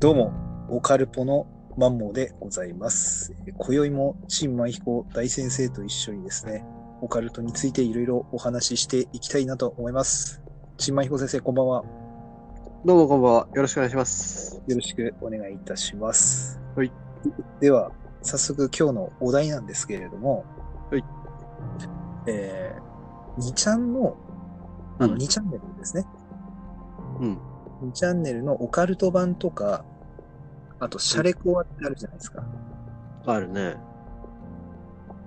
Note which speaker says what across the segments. Speaker 1: どうも、オカルポのマンモーでございます。えー今宵も新米彦大先生と一緒にですね、オカルトについていろいろお話ししていきたいなと思います。新米彦先生、こんばんは。
Speaker 2: どうもこんばんは。よろしくお願いします。
Speaker 1: よろしくお願いいたします。
Speaker 2: はい。
Speaker 1: では、早速今日のお題なんですけれども、
Speaker 2: はい。
Speaker 1: えー、2ちゃんの、
Speaker 2: う
Speaker 1: あ
Speaker 2: ん
Speaker 1: 2チャンネルですね。
Speaker 2: うん。
Speaker 1: 2チャンネルのオカルト版とか、あと、シャレコアってあるじゃないですか。
Speaker 2: あるね。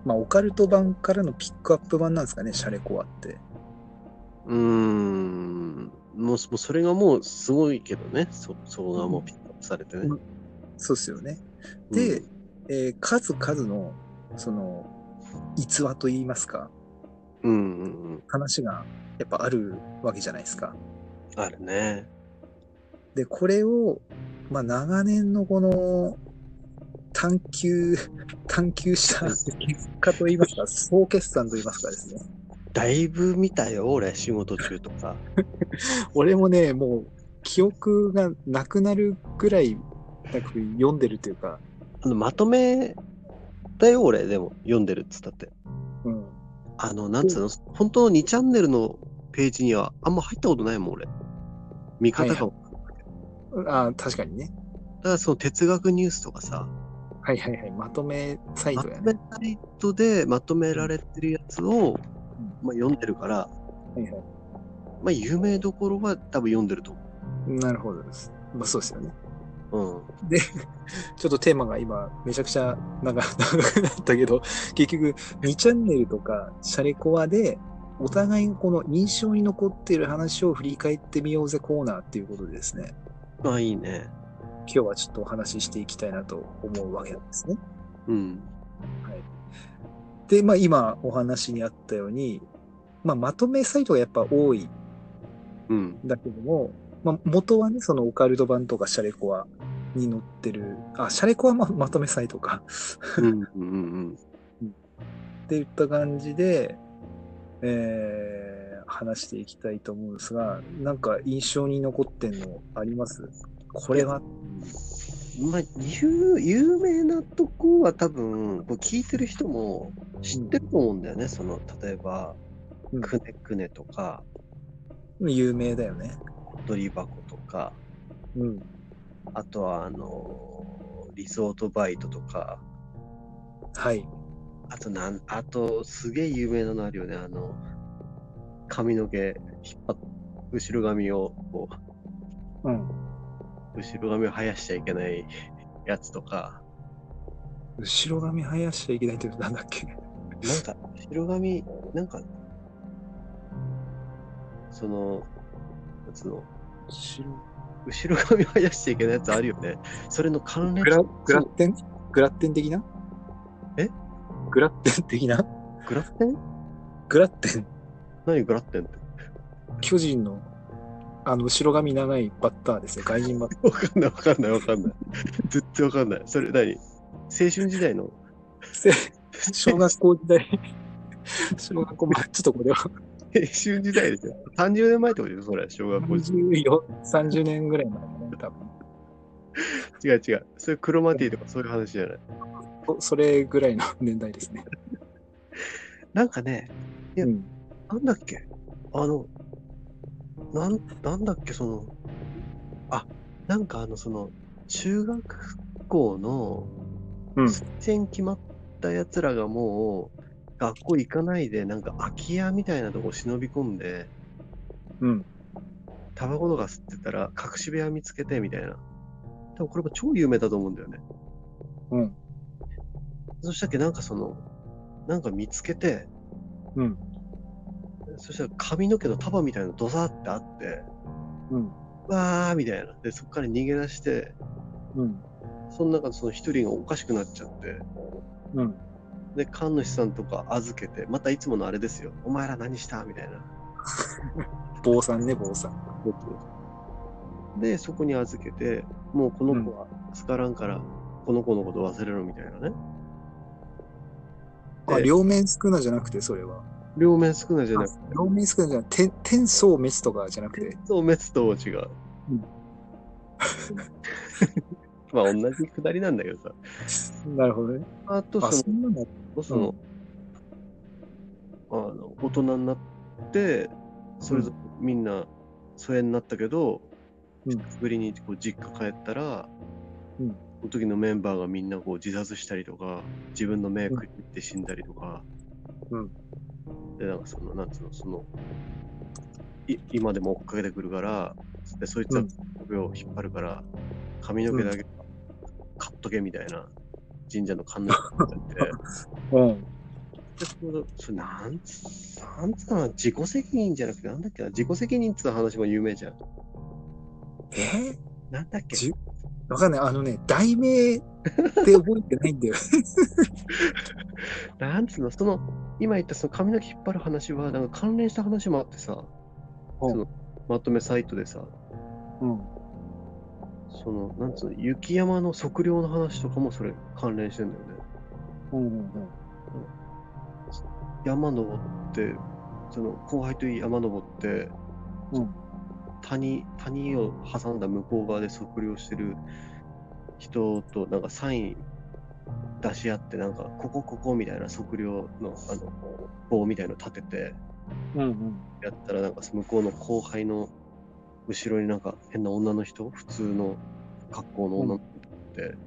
Speaker 1: まあ、オカルト版からのピックアップ版なんですかね、シャレコアって。
Speaker 2: うーん。もう、もうそれがもうすごいけどね。そ、そこがもうピックアップされてね。
Speaker 1: うそうですよね。で
Speaker 2: うん
Speaker 1: えー数々の、その、逸話といいますか、
Speaker 2: うんうんうん。
Speaker 1: 話がやっぱあるわけじゃないですか。
Speaker 2: あるね。
Speaker 1: で、これを、まあ、長年のこの、探求、 探求した結果といいますか、総決算といいますかですね。
Speaker 2: だいぶ見たよ、俺、仕事中とか。
Speaker 1: 俺もね、もう、記憶がなくなるぐらい、なんか読んでるというか、
Speaker 2: あの、まとめだよ、俺、でも、読んでるっつったって。
Speaker 1: うん。
Speaker 2: あの、なんつうの、本当の2チャンネルのページにはあんま入ったことないもん、俺。見方が。
Speaker 1: はいああ、確かにね。
Speaker 2: だから、その哲学ニュースとかさ、
Speaker 1: はいはいはい、まとめサイ
Speaker 2: ま
Speaker 1: ト
Speaker 2: と
Speaker 1: や
Speaker 2: め
Speaker 1: ね。
Speaker 2: サイトでまとめられてるやつを、まあ、読んでるから、
Speaker 1: はいは
Speaker 2: まあ、有名どころは多分読んでると
Speaker 1: い、なるほどです。まあそうですよね。
Speaker 2: 思う。
Speaker 1: ちょっとテーマが今、めちゃくちゃ長長くなったけど、 結局、2チャンネルとか、シャレコアで、お互いのこの印象に残っている話を振り返ってみようぜコーナーっていうことでですね、
Speaker 2: うん。まあいいね。
Speaker 1: 今日はちょっとお話ししていきたいなと思うわけなんですね。
Speaker 2: うん。
Speaker 1: で、まあ今お話にあったように、まあまとめサイトがやっぱ多い
Speaker 2: うん。
Speaker 1: だけども、まあ、元はね、そのオカルト版とかシャレコアに載ってる、あ、シャレコアままとめサイトか。
Speaker 2: うんうんうん
Speaker 1: っていった感じで、えー、話していきたいと思うんですが、なんか印象に残ってんのありますこれは、
Speaker 2: うん。まあ、有有名なとこは多分、こう聞いてる人も知ってると思うんだよね。その、例えば、
Speaker 1: うん
Speaker 2: くねくねとか、
Speaker 1: 有名だよね。
Speaker 2: 踊り箱とか、
Speaker 1: うん。
Speaker 2: あとは、あの、リゾートバイトとか、
Speaker 1: はい。
Speaker 2: あとなん、あと、すげえ有名なのあるよね。あの、髪の毛、引っ張っ、後ろ髪を、こ
Speaker 1: うん。
Speaker 2: う、後ろ髪を生やしちゃいけないやつとか、
Speaker 1: 後ろ髪生やしちゃいけないってなんだっけ
Speaker 2: なんか、後ろ髪、なんか、その、やつの、
Speaker 1: 後ろ
Speaker 2: 後ろ髪生やしちゃいけないやつあるよね。それの関連
Speaker 1: グラ、グラッテングラッテン的な
Speaker 2: え
Speaker 1: グラッテン的な
Speaker 2: グラッテン
Speaker 1: グラッテン
Speaker 2: 何グラッテンって。
Speaker 1: 巨人の、あの、後ろ髪長いバッターですね。外人バッター。
Speaker 2: わかんないわかんないわかんない。絶対わかんない。それ何青春時代の
Speaker 1: せ 小学校時代、 小学校、まあ、ちょっとこれは
Speaker 2: 青春時代ですよ。30年前ってことでしょそれ、小学校時代。
Speaker 1: 24 30年ぐらい前だね、多分
Speaker 2: 違う違う。それクロマティとかそういう話じゃない。
Speaker 1: そ。それぐらいの年代ですね。
Speaker 2: なんかね、いや
Speaker 1: うん、
Speaker 2: なんだっけあの、なん、なんだっけその、あ、なんかあの、その、中学校の、
Speaker 1: うん
Speaker 2: 推薦決まったやつらがもう、学校行かないで、なんか空き家みたいなとこ忍び込んで、
Speaker 1: うん。
Speaker 2: タバコとか吸ってたら、隠し部屋見つけて、みたいな。多分これも超有名だと思うんだよね。
Speaker 1: うん。
Speaker 2: そしたっけなんかその、なんか見つけて、
Speaker 1: うん。
Speaker 2: そしたら髪の毛の束みたいなのドサってあって、
Speaker 1: うん。
Speaker 2: わーみたいな。で、そこから逃げ出して、
Speaker 1: うん。
Speaker 2: その中でその一人がおかしくなっちゃって、
Speaker 1: うん。
Speaker 2: で、神主さんとか預けて、またいつものあれですよ。お前ら何したみたいな。
Speaker 1: 坊さんね、坊さん。
Speaker 2: で、そこに預けて、もうこの子は助からんから、この子のこと忘れろみたいなね。
Speaker 1: あ、
Speaker 2: で
Speaker 1: 両面少なじゃなくて、それは。
Speaker 2: 両面少ないじゃなくて、
Speaker 1: あ両面少なじゃなくて、天天相滅とかじゃなくて。
Speaker 2: そう、滅と違う。
Speaker 1: うん
Speaker 2: まあ、同じくだりなんだけどさ。
Speaker 1: なるほどね。
Speaker 2: あと、
Speaker 1: あ、
Speaker 2: そ
Speaker 1: そんなの
Speaker 2: の、その、あの、大人になって、それぞれみんな疎遠になったけど、
Speaker 1: うん
Speaker 2: 久しぶりにこう実家帰ったら、
Speaker 1: うん
Speaker 2: その時のメンバーがみんなこう自殺したりとか、自分の目食って死んだりとか、
Speaker 1: うん
Speaker 2: で、なんかその、なんつうの、その、い今でも追っかけてくるから、でそいつは
Speaker 1: うん
Speaker 2: 首を引っ張るから、髪の毛だけは買っとけみたいな、神社の神主とかやって、
Speaker 1: うん。
Speaker 2: でそのそれなんつ、なんつうかな、自己責任じゃなくて、なんだっけな、自己責任っつう話も有名じゃん。
Speaker 1: えー
Speaker 2: なんだっけ
Speaker 1: じわかんない。あのね、題名って覚えてないん だよ。
Speaker 2: なんつうの、その、今言ったその髪の毛引っ張る話は、なんか関連した話もあってさ、
Speaker 1: うん
Speaker 2: そのまとめサイトでさ、
Speaker 1: うん。
Speaker 2: その、なんつうの、雪山の測量の話とかもそれ関連してんだよね。
Speaker 1: うんうん
Speaker 2: 山登って、その後輩といい山登って、
Speaker 1: うん
Speaker 2: 谷、谷を挟んだ向こう側で測量してる人となんかサイン出し合って、なんかここここみたいな測量のあの棒みたいの立てて、
Speaker 1: うん。うん
Speaker 2: やったらなんか向こうの後輩の後ろになんか変な女の人、普通の格好の女の人って、
Speaker 1: うん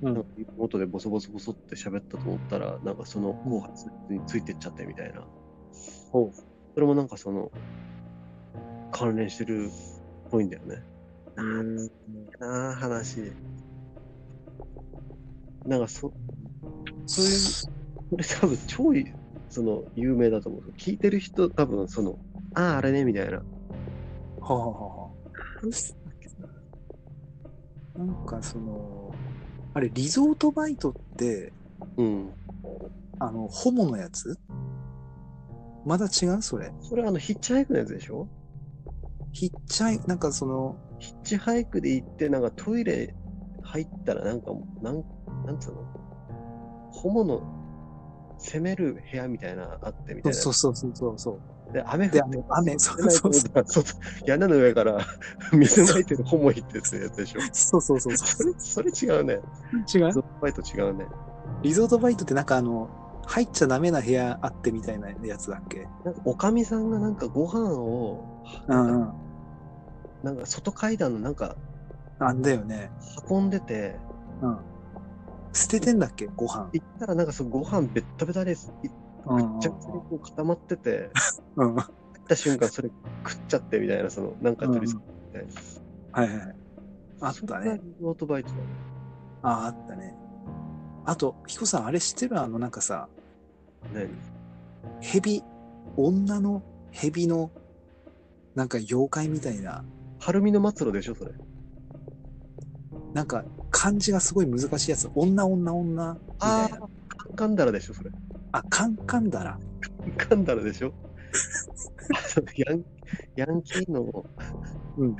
Speaker 2: なんか元でボソボソボソって喋ったと思ったら、なんかその後輩についてっちゃってみたいな。
Speaker 1: ほう
Speaker 2: それもなんかその、関連してるっぽいんだよね。
Speaker 1: うん。へ
Speaker 2: なあ、話。なんかそ、
Speaker 1: ー
Speaker 2: そういうこれ多分超い、その、有名だと思う。聞いてる人多分その、ああ、あれね、みたいな。
Speaker 1: はあはあはあなんかその、あれ、リゾートバイトって、
Speaker 2: うん。
Speaker 1: あの、ホモのやつまだ違うそれ。
Speaker 2: それあの、ヒッチハイクのやつでしょ
Speaker 1: ヒッチャイ、なんかその、
Speaker 2: ヒッチハイクで行って、なんかトイレ入ったらなんかもう、なん、なんつうのホモの攻める部屋みたいなあってみたいな。
Speaker 1: そうそうそうそうそう。
Speaker 2: で、雨降
Speaker 1: で、
Speaker 2: っ
Speaker 1: あの、雨、そ
Speaker 2: 出
Speaker 1: う
Speaker 2: ない
Speaker 1: そ
Speaker 2: と
Speaker 1: う
Speaker 2: 思
Speaker 1: そ
Speaker 2: ったら外屋根の上から 水まいてるホモいってやつでしょ。
Speaker 1: う。そうそう そ
Speaker 2: それ、それ違うね。
Speaker 1: う。違う
Speaker 2: ゾッパイと違うね。
Speaker 1: リゾートバイトってなんかあの、入っちゃダメな部屋あってみたいなやつだっけ
Speaker 2: なんか、おかみさんがなんかご飯を、
Speaker 1: うんうん。
Speaker 2: なんか外階段のなんか
Speaker 1: あんだよね。
Speaker 2: 運んでて、
Speaker 1: 捨ててんだっけご飯。
Speaker 2: 行ったらなんかそのご飯べったべたです。い
Speaker 1: うん
Speaker 2: めちゃくちゃにこう固まってて、
Speaker 1: うん。うんはい
Speaker 2: 行った瞬間それ食っちゃってみたいな、その、なんか取り付けみたいな。
Speaker 1: はいはい。あっ
Speaker 2: それ
Speaker 1: た
Speaker 2: が
Speaker 1: ね
Speaker 2: リ。ゾートバイトだね。
Speaker 1: あ、あったね。あと、ヒコさん、あれ知ってるあの、なんかさ、
Speaker 2: 何
Speaker 1: 蛇、女の蛇の、なんか妖怪みたいな。
Speaker 2: 晴海の末路でしょ、それ。
Speaker 1: なんか漢字がすごい難しいやつ。女女女みたいな。
Speaker 2: あ、カンカンダラでしょ、それ。
Speaker 1: あ、カンカンダラ。
Speaker 2: カンダラでしょ あのヤンヤンキーの
Speaker 1: うん。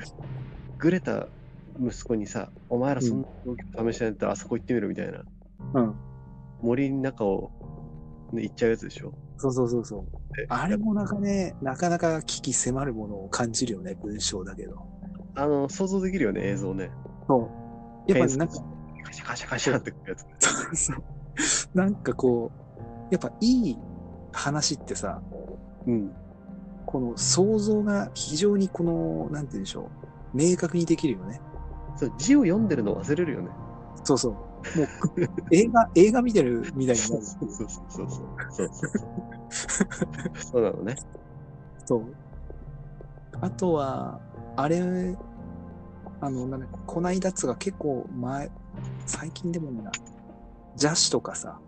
Speaker 2: グレた息子にさ、お前らそんな状況試しないんだったらあそこ行ってみるみたいな。
Speaker 1: うん。
Speaker 2: 森の中を、ね、行っちゃうやつでしょ
Speaker 1: そうそうそうそう。
Speaker 2: で
Speaker 1: あれもなんかね、なかなか危機迫るものを感じるよね、文章だけど。
Speaker 2: あの、想像できるよね、映像ね。
Speaker 1: そう。やっぱなんか、
Speaker 2: カシャカシャカシャってくるやつ。
Speaker 1: そうそう。なんかこう、やっぱいい話ってさ、
Speaker 2: うん。
Speaker 1: この想像が非常にこの、なんて言うんでしょう、明確にできるよね。
Speaker 2: そう、字を読んでるの忘れるよね。
Speaker 1: そうそう。もう、映画、映画見てるみたいにな
Speaker 2: そう
Speaker 1: る。
Speaker 2: そうそうそう。そうそうそう。そうなのね。
Speaker 1: そう。あとは、あれ、あの、なんだこないだっつうが結構前、最近でもいいな。ジャシとかさ、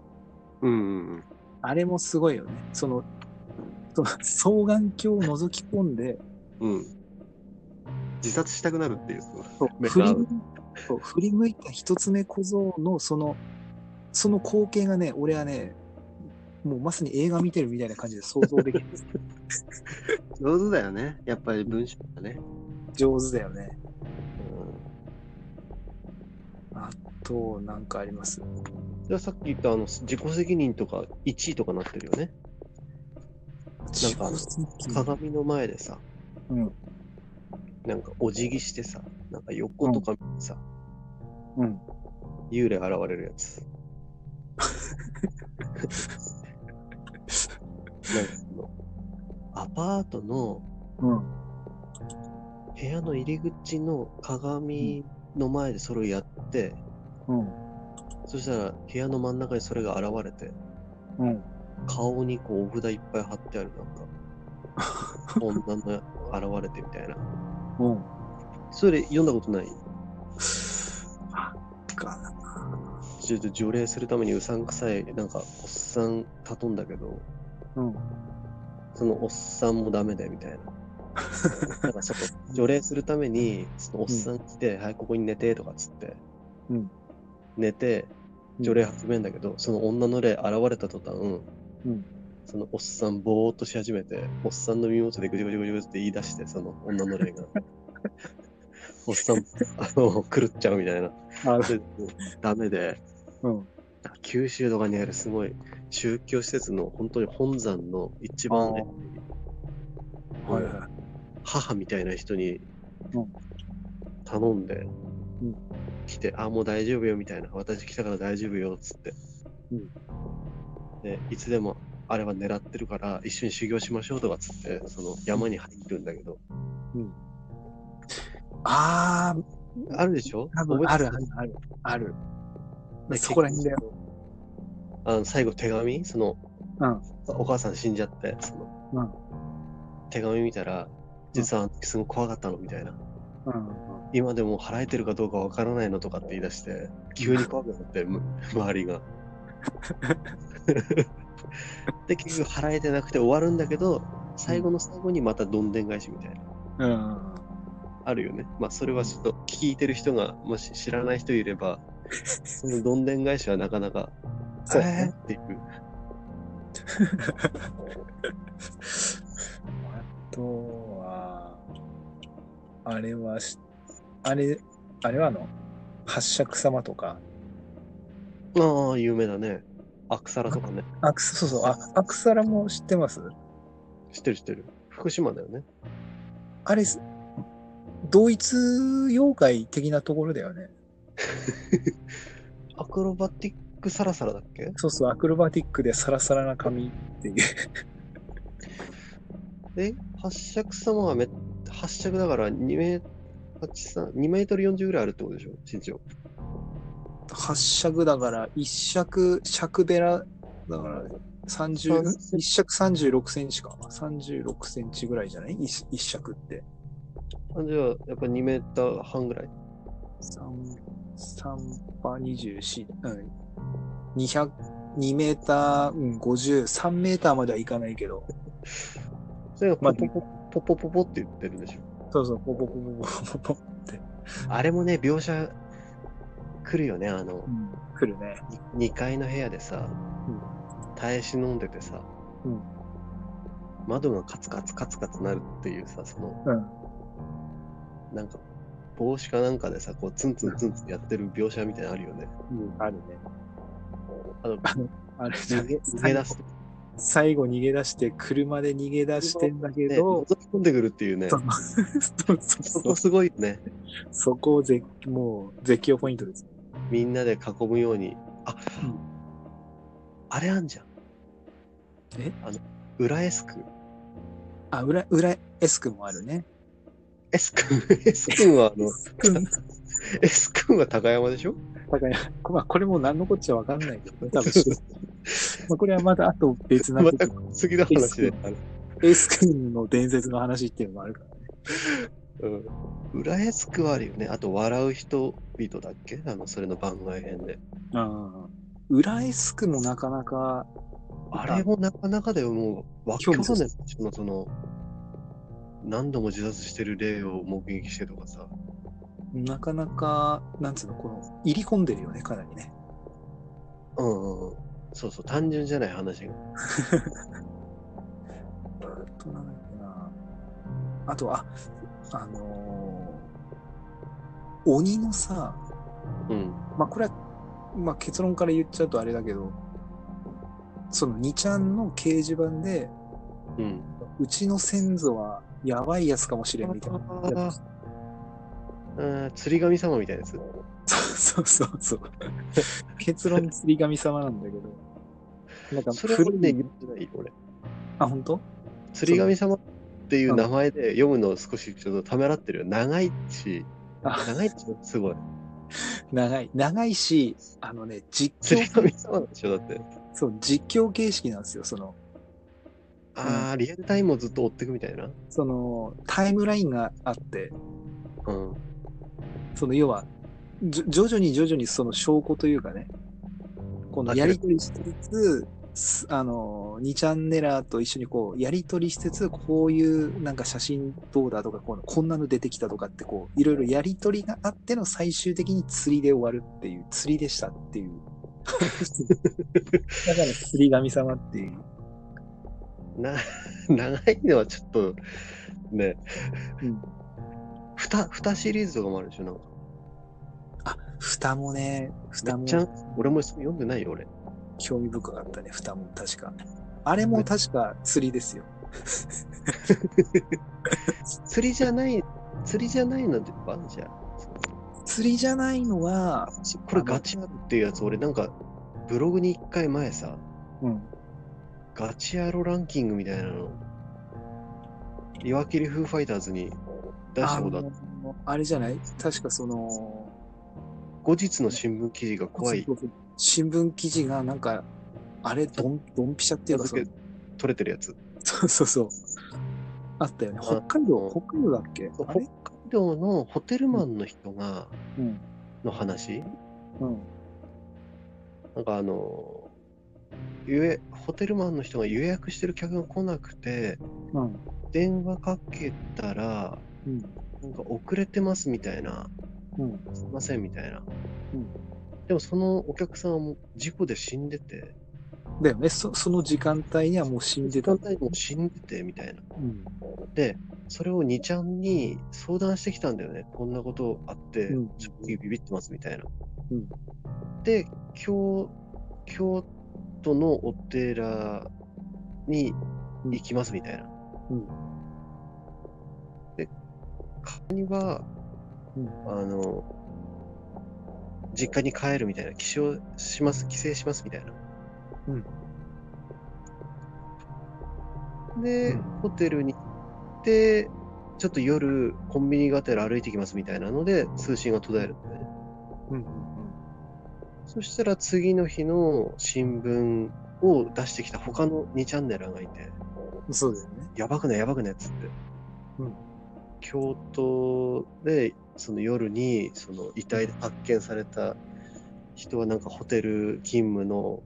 Speaker 2: うんうんうん。
Speaker 1: あれもすごいよね。その、その双眼鏡を覗き込んで、
Speaker 2: うん。自殺したくなるっていう。
Speaker 1: そう
Speaker 2: メ
Speaker 1: 振
Speaker 2: カ
Speaker 1: り向いそう振り向いた一つ目小僧のその、その光景がね、俺はね、もうまさに映画見てるみたいな感じで想像でき る。
Speaker 2: 上手だよね。やっぱり文章だね。
Speaker 1: 上手だよね。
Speaker 2: うん。
Speaker 1: あと、なんかあります
Speaker 2: じゃあさっき言ったあの自己責任とか1位とかなってるよね。
Speaker 1: 自己責任
Speaker 2: 鏡の前でさ、
Speaker 1: うん
Speaker 2: なんかお辞儀してさ、なんか横とか見てさ、
Speaker 1: うん。
Speaker 2: 幽霊現れるやつ。なんかそのアパートの
Speaker 1: うん。
Speaker 2: 部屋の入り口の鏡の前でそれをやって、
Speaker 1: うん。
Speaker 2: そしたら部屋の真ん中にそれが現れて、
Speaker 1: うん。
Speaker 2: 顔にこうお札いっぱい貼ってあるなんか、女の現れてみたいな。
Speaker 1: うん。
Speaker 2: それ読んだことない
Speaker 1: か。
Speaker 2: ちょっと除霊するためにうさんくさい、なんかおっさん頼んだけど、
Speaker 1: うん。
Speaker 2: そのおっさんもダメだよみ たいな。なんかちょっと除霊するために、そのおっさん来て、はい、ここに寝てとかっつって、
Speaker 1: うん
Speaker 2: 寝て、除霊始めんだけど、その女の霊現れた途端、
Speaker 1: うん
Speaker 2: そのおっさんぼーっとし始めて、おっさんの身元でぐじゅぐじゅぐじゅぐじゅって言い出して、その女の 霊が。おっさん、あの、狂っちゃうみたいな。
Speaker 1: あ
Speaker 2: それでダメで。
Speaker 1: うん。
Speaker 2: 九州とかにあるすごい宗教施設の本当に本山の一番ね
Speaker 1: はいは
Speaker 2: 母みたいな人に
Speaker 1: うん
Speaker 2: 頼んで
Speaker 1: うん
Speaker 2: 来て「あもう大丈夫よ」みたいな「私来たから大丈夫よ」っつって、
Speaker 1: うん
Speaker 2: でいつでもあれは狙ってるから一緒に修行しましょうとかっつってその山に入るんだけど、
Speaker 1: い。あー、
Speaker 2: あるでしょ
Speaker 1: 多分あ
Speaker 2: 覚え
Speaker 1: る
Speaker 2: て
Speaker 1: あるある。ある。
Speaker 2: で
Speaker 1: そこら辺だよ。
Speaker 2: あの最後手紙その、
Speaker 1: うん
Speaker 2: お母さん死んじゃってその、
Speaker 1: うん
Speaker 2: 手紙見たら実はあの時すごい怖かったのみたいな、
Speaker 1: うん。
Speaker 2: 今でも払えてるかどうかわからないのとかって言い 出して急に怖くなってむ周りがで結局払えてなくて終わるんだけど最後の最後にまたどんでん返しみたいな
Speaker 1: うん。
Speaker 2: あるよねまあそれはちょっと聞いてる人がもし知らない人いればそのどんでん返しはなかなか
Speaker 1: そう
Speaker 2: えー
Speaker 1: ね。
Speaker 2: っていう
Speaker 1: あとは、あれはし、あれ、あれはあの、八尺様とか、
Speaker 2: ああ、有名だね。アクサラとかね。
Speaker 1: あくそうそう、あアクサラも知ってます
Speaker 2: 知ってる知ってる。福島だよね。
Speaker 1: あれ、同一妖怪的なところだよね。
Speaker 2: アクロバティックサラサラだっけ
Speaker 1: そうそう、アクロバティックでサラサラな髪っていう。
Speaker 2: で、八尺様はめ、八尺だから2メ、八三2メートル40ぐらいあるってことでしょ身長。
Speaker 1: 八尺だから、一尺、尺べら、だから、三十、
Speaker 2: 三
Speaker 1: 一尺三十六センチか。三十六センチぐらいじゃない一一尺って。
Speaker 2: あじゃあ、やっぱ2メーター半ぐらい。
Speaker 1: 三、三パ二十四、うん。二百、二メーター、うん、五十、三メーターまではいかないけど。
Speaker 2: それが
Speaker 1: まあ
Speaker 2: ポポポポポポポって言ってるでしょ。
Speaker 1: そうそう、ポポポポポポポ。
Speaker 2: あれもね、描写来るよね。あの
Speaker 1: う、ん、来るね。
Speaker 2: 2階の部屋でさ、
Speaker 1: うん
Speaker 2: 耐え忍んでてさ、
Speaker 1: うん
Speaker 2: 窓がカツカツカツカツなるっていうさ、その、
Speaker 1: うん。
Speaker 2: なんか、帽子かなんかでさ、こう、ツンツンツンツンやってる描写みたいなのあるよね。
Speaker 1: うん、あるね。
Speaker 2: あの、
Speaker 1: あれ
Speaker 2: 逃げ、逃げ出すと
Speaker 1: 最後逃げ出して、車で逃げ出してんだけ
Speaker 2: ね、
Speaker 1: ど
Speaker 2: 覗、き込んでくるっていうね。
Speaker 1: そうそうそ
Speaker 2: そう
Speaker 1: そ
Speaker 2: こ
Speaker 1: う
Speaker 2: すごいよね。
Speaker 1: そこをぜもう絶叫ポイントです。
Speaker 2: みんなで囲むように。あ、
Speaker 1: うん
Speaker 2: あれあんじゃん。
Speaker 1: え
Speaker 2: あの、裏エスク。
Speaker 1: あ、裏、裏、エス君もあるね。
Speaker 2: エス君、エス君はあの、
Speaker 1: 君
Speaker 2: エス君は高山でしょ
Speaker 1: だから、まあ、これも何のこっちゃわかんないけど、多分知らない。まあこれはまたあと別な
Speaker 2: ま
Speaker 1: こ
Speaker 2: た
Speaker 1: と。
Speaker 2: 次の話で。あの
Speaker 1: エス君の伝説の話っていうのもあるから。
Speaker 2: うん。裏エスクはあるよね。あと、笑う人々だっけあの、それの番外編で。
Speaker 1: あ裏エス君もなかなか、
Speaker 2: あれもなかなかだよ、もう、わ
Speaker 1: 興
Speaker 2: 去
Speaker 1: 味津々
Speaker 2: 年のその、何度も自殺してる例を目撃してとかさ、
Speaker 1: なかなか、なんつうの、この、入り込んでるよね、かなりね。
Speaker 2: うんうんうん、そうそう、単純じゃない話が。
Speaker 1: あとなんだっけな。あと、あ、あのー鬼のさ、
Speaker 2: うん。
Speaker 1: まあこれは、まあ結論から言っちゃうとあれだけど、その2ちゃんの掲示板で、
Speaker 2: うん。
Speaker 1: うちの先祖はやばいやつかもしれんみたいな。
Speaker 2: ああ、うん、釣り神様みたいなやつ。
Speaker 1: そうそうそうそう。結論、釣り神様なんだけど。なんか、
Speaker 2: それは
Speaker 1: 古い
Speaker 2: ね、言ってない、俺。
Speaker 1: あ、本当
Speaker 2: 釣り神様っていう名前で読むのを少しちょっとためらってるよ。長いし、
Speaker 1: あ
Speaker 2: 長いってす ごい。
Speaker 1: 長い。長いし、あのね、実
Speaker 2: 釣り
Speaker 1: 況、
Speaker 2: 神様でしょ、だって。
Speaker 1: そう、実況形式なんですよ。その、
Speaker 2: あー、リアルタイムをずっと追ってくみたいな。
Speaker 1: その、タイムラインがあって、
Speaker 2: うん。
Speaker 1: その、要は、じょ徐々に徐々にその証拠というかね、このやりとりしつつ、すあの、2チャンネラーと一緒にこう、やりとりしつつ、こういうなんか写真どうだとか、こうこんなの出てきたとかって、こう、いろいろやりとりがあっての最終的に釣りで終わるっていう、釣りでしたっていう。だから釣り神様っていう。
Speaker 2: な、 長いのはちょっと、ね。
Speaker 1: うん
Speaker 2: ふた、ふたシリーズとかもあるでしょ、なんか。
Speaker 1: あ、蓋もね、蓋
Speaker 2: め
Speaker 1: も
Speaker 2: っちゃ、俺もそれ読んでないよ、俺。
Speaker 1: 興味深かったね、蓋も確か。あれも確か釣りですよ。
Speaker 2: 釣りじゃない、釣りじゃないのってあるじゃん。
Speaker 1: 釣りじゃないのは、
Speaker 2: これガチあるっていうやつ、俺なんか、ブログに一回前さ、
Speaker 1: うん。
Speaker 2: ガチアロランキングみたいなの、岩切フーファイターズに出したことあった。
Speaker 1: あのあれじゃない確かその、
Speaker 2: 後日の新聞記事が怖い、
Speaker 1: 新聞記事がなんか、あれ、ド ン、ドンピシャっていうか、そ
Speaker 2: 名付
Speaker 1: の
Speaker 2: け取れてるやつ。
Speaker 1: そうそうそう。あったよね。北海道、
Speaker 2: あの
Speaker 1: 北海道だっけ
Speaker 2: 北
Speaker 1: あれ
Speaker 2: 海道のホテルマンの人が、
Speaker 1: うん。
Speaker 2: の話、
Speaker 1: うん。
Speaker 2: なんかあの、ゆえ、ホテルマンの人が予約してる客が来なくて、
Speaker 1: うん。
Speaker 2: 電話かけたら、
Speaker 1: うん。
Speaker 2: なんか遅れてますみたいな、
Speaker 1: うん。
Speaker 2: すいませんみたいな。
Speaker 1: うん
Speaker 2: でもそのお客さんはもう事故で死んでて、
Speaker 1: だよね。そその時間帯にはもう死んで
Speaker 2: 時
Speaker 1: た
Speaker 2: 間。帯もう死んでてみたいな。
Speaker 1: うん。
Speaker 2: で、それを2ちゃんに相談してきたんだよね。こんなことあって、
Speaker 1: うん
Speaker 2: 正直ビビってますみたいな。
Speaker 1: うん
Speaker 2: で、京、京都のお寺に行きますみたいな。
Speaker 1: うん
Speaker 2: で、カニは、
Speaker 1: うん
Speaker 2: あの、実家に帰るみたいな、帰省します、帰省しますみたいな。で、
Speaker 1: うん
Speaker 2: ホテルに行って、ちょっと夜、コンビニがてら歩いてきますみたいなので、通信が途絶えるんだよね。
Speaker 1: うん。
Speaker 2: そしたら次の日の新聞を出してきた他の2チャンネルがいて、
Speaker 1: うん。そうだよね。
Speaker 2: やばくないやばくないっつって。
Speaker 1: うん
Speaker 2: 京都で、その夜に、その遺体で発見された人はなんかホテル勤務の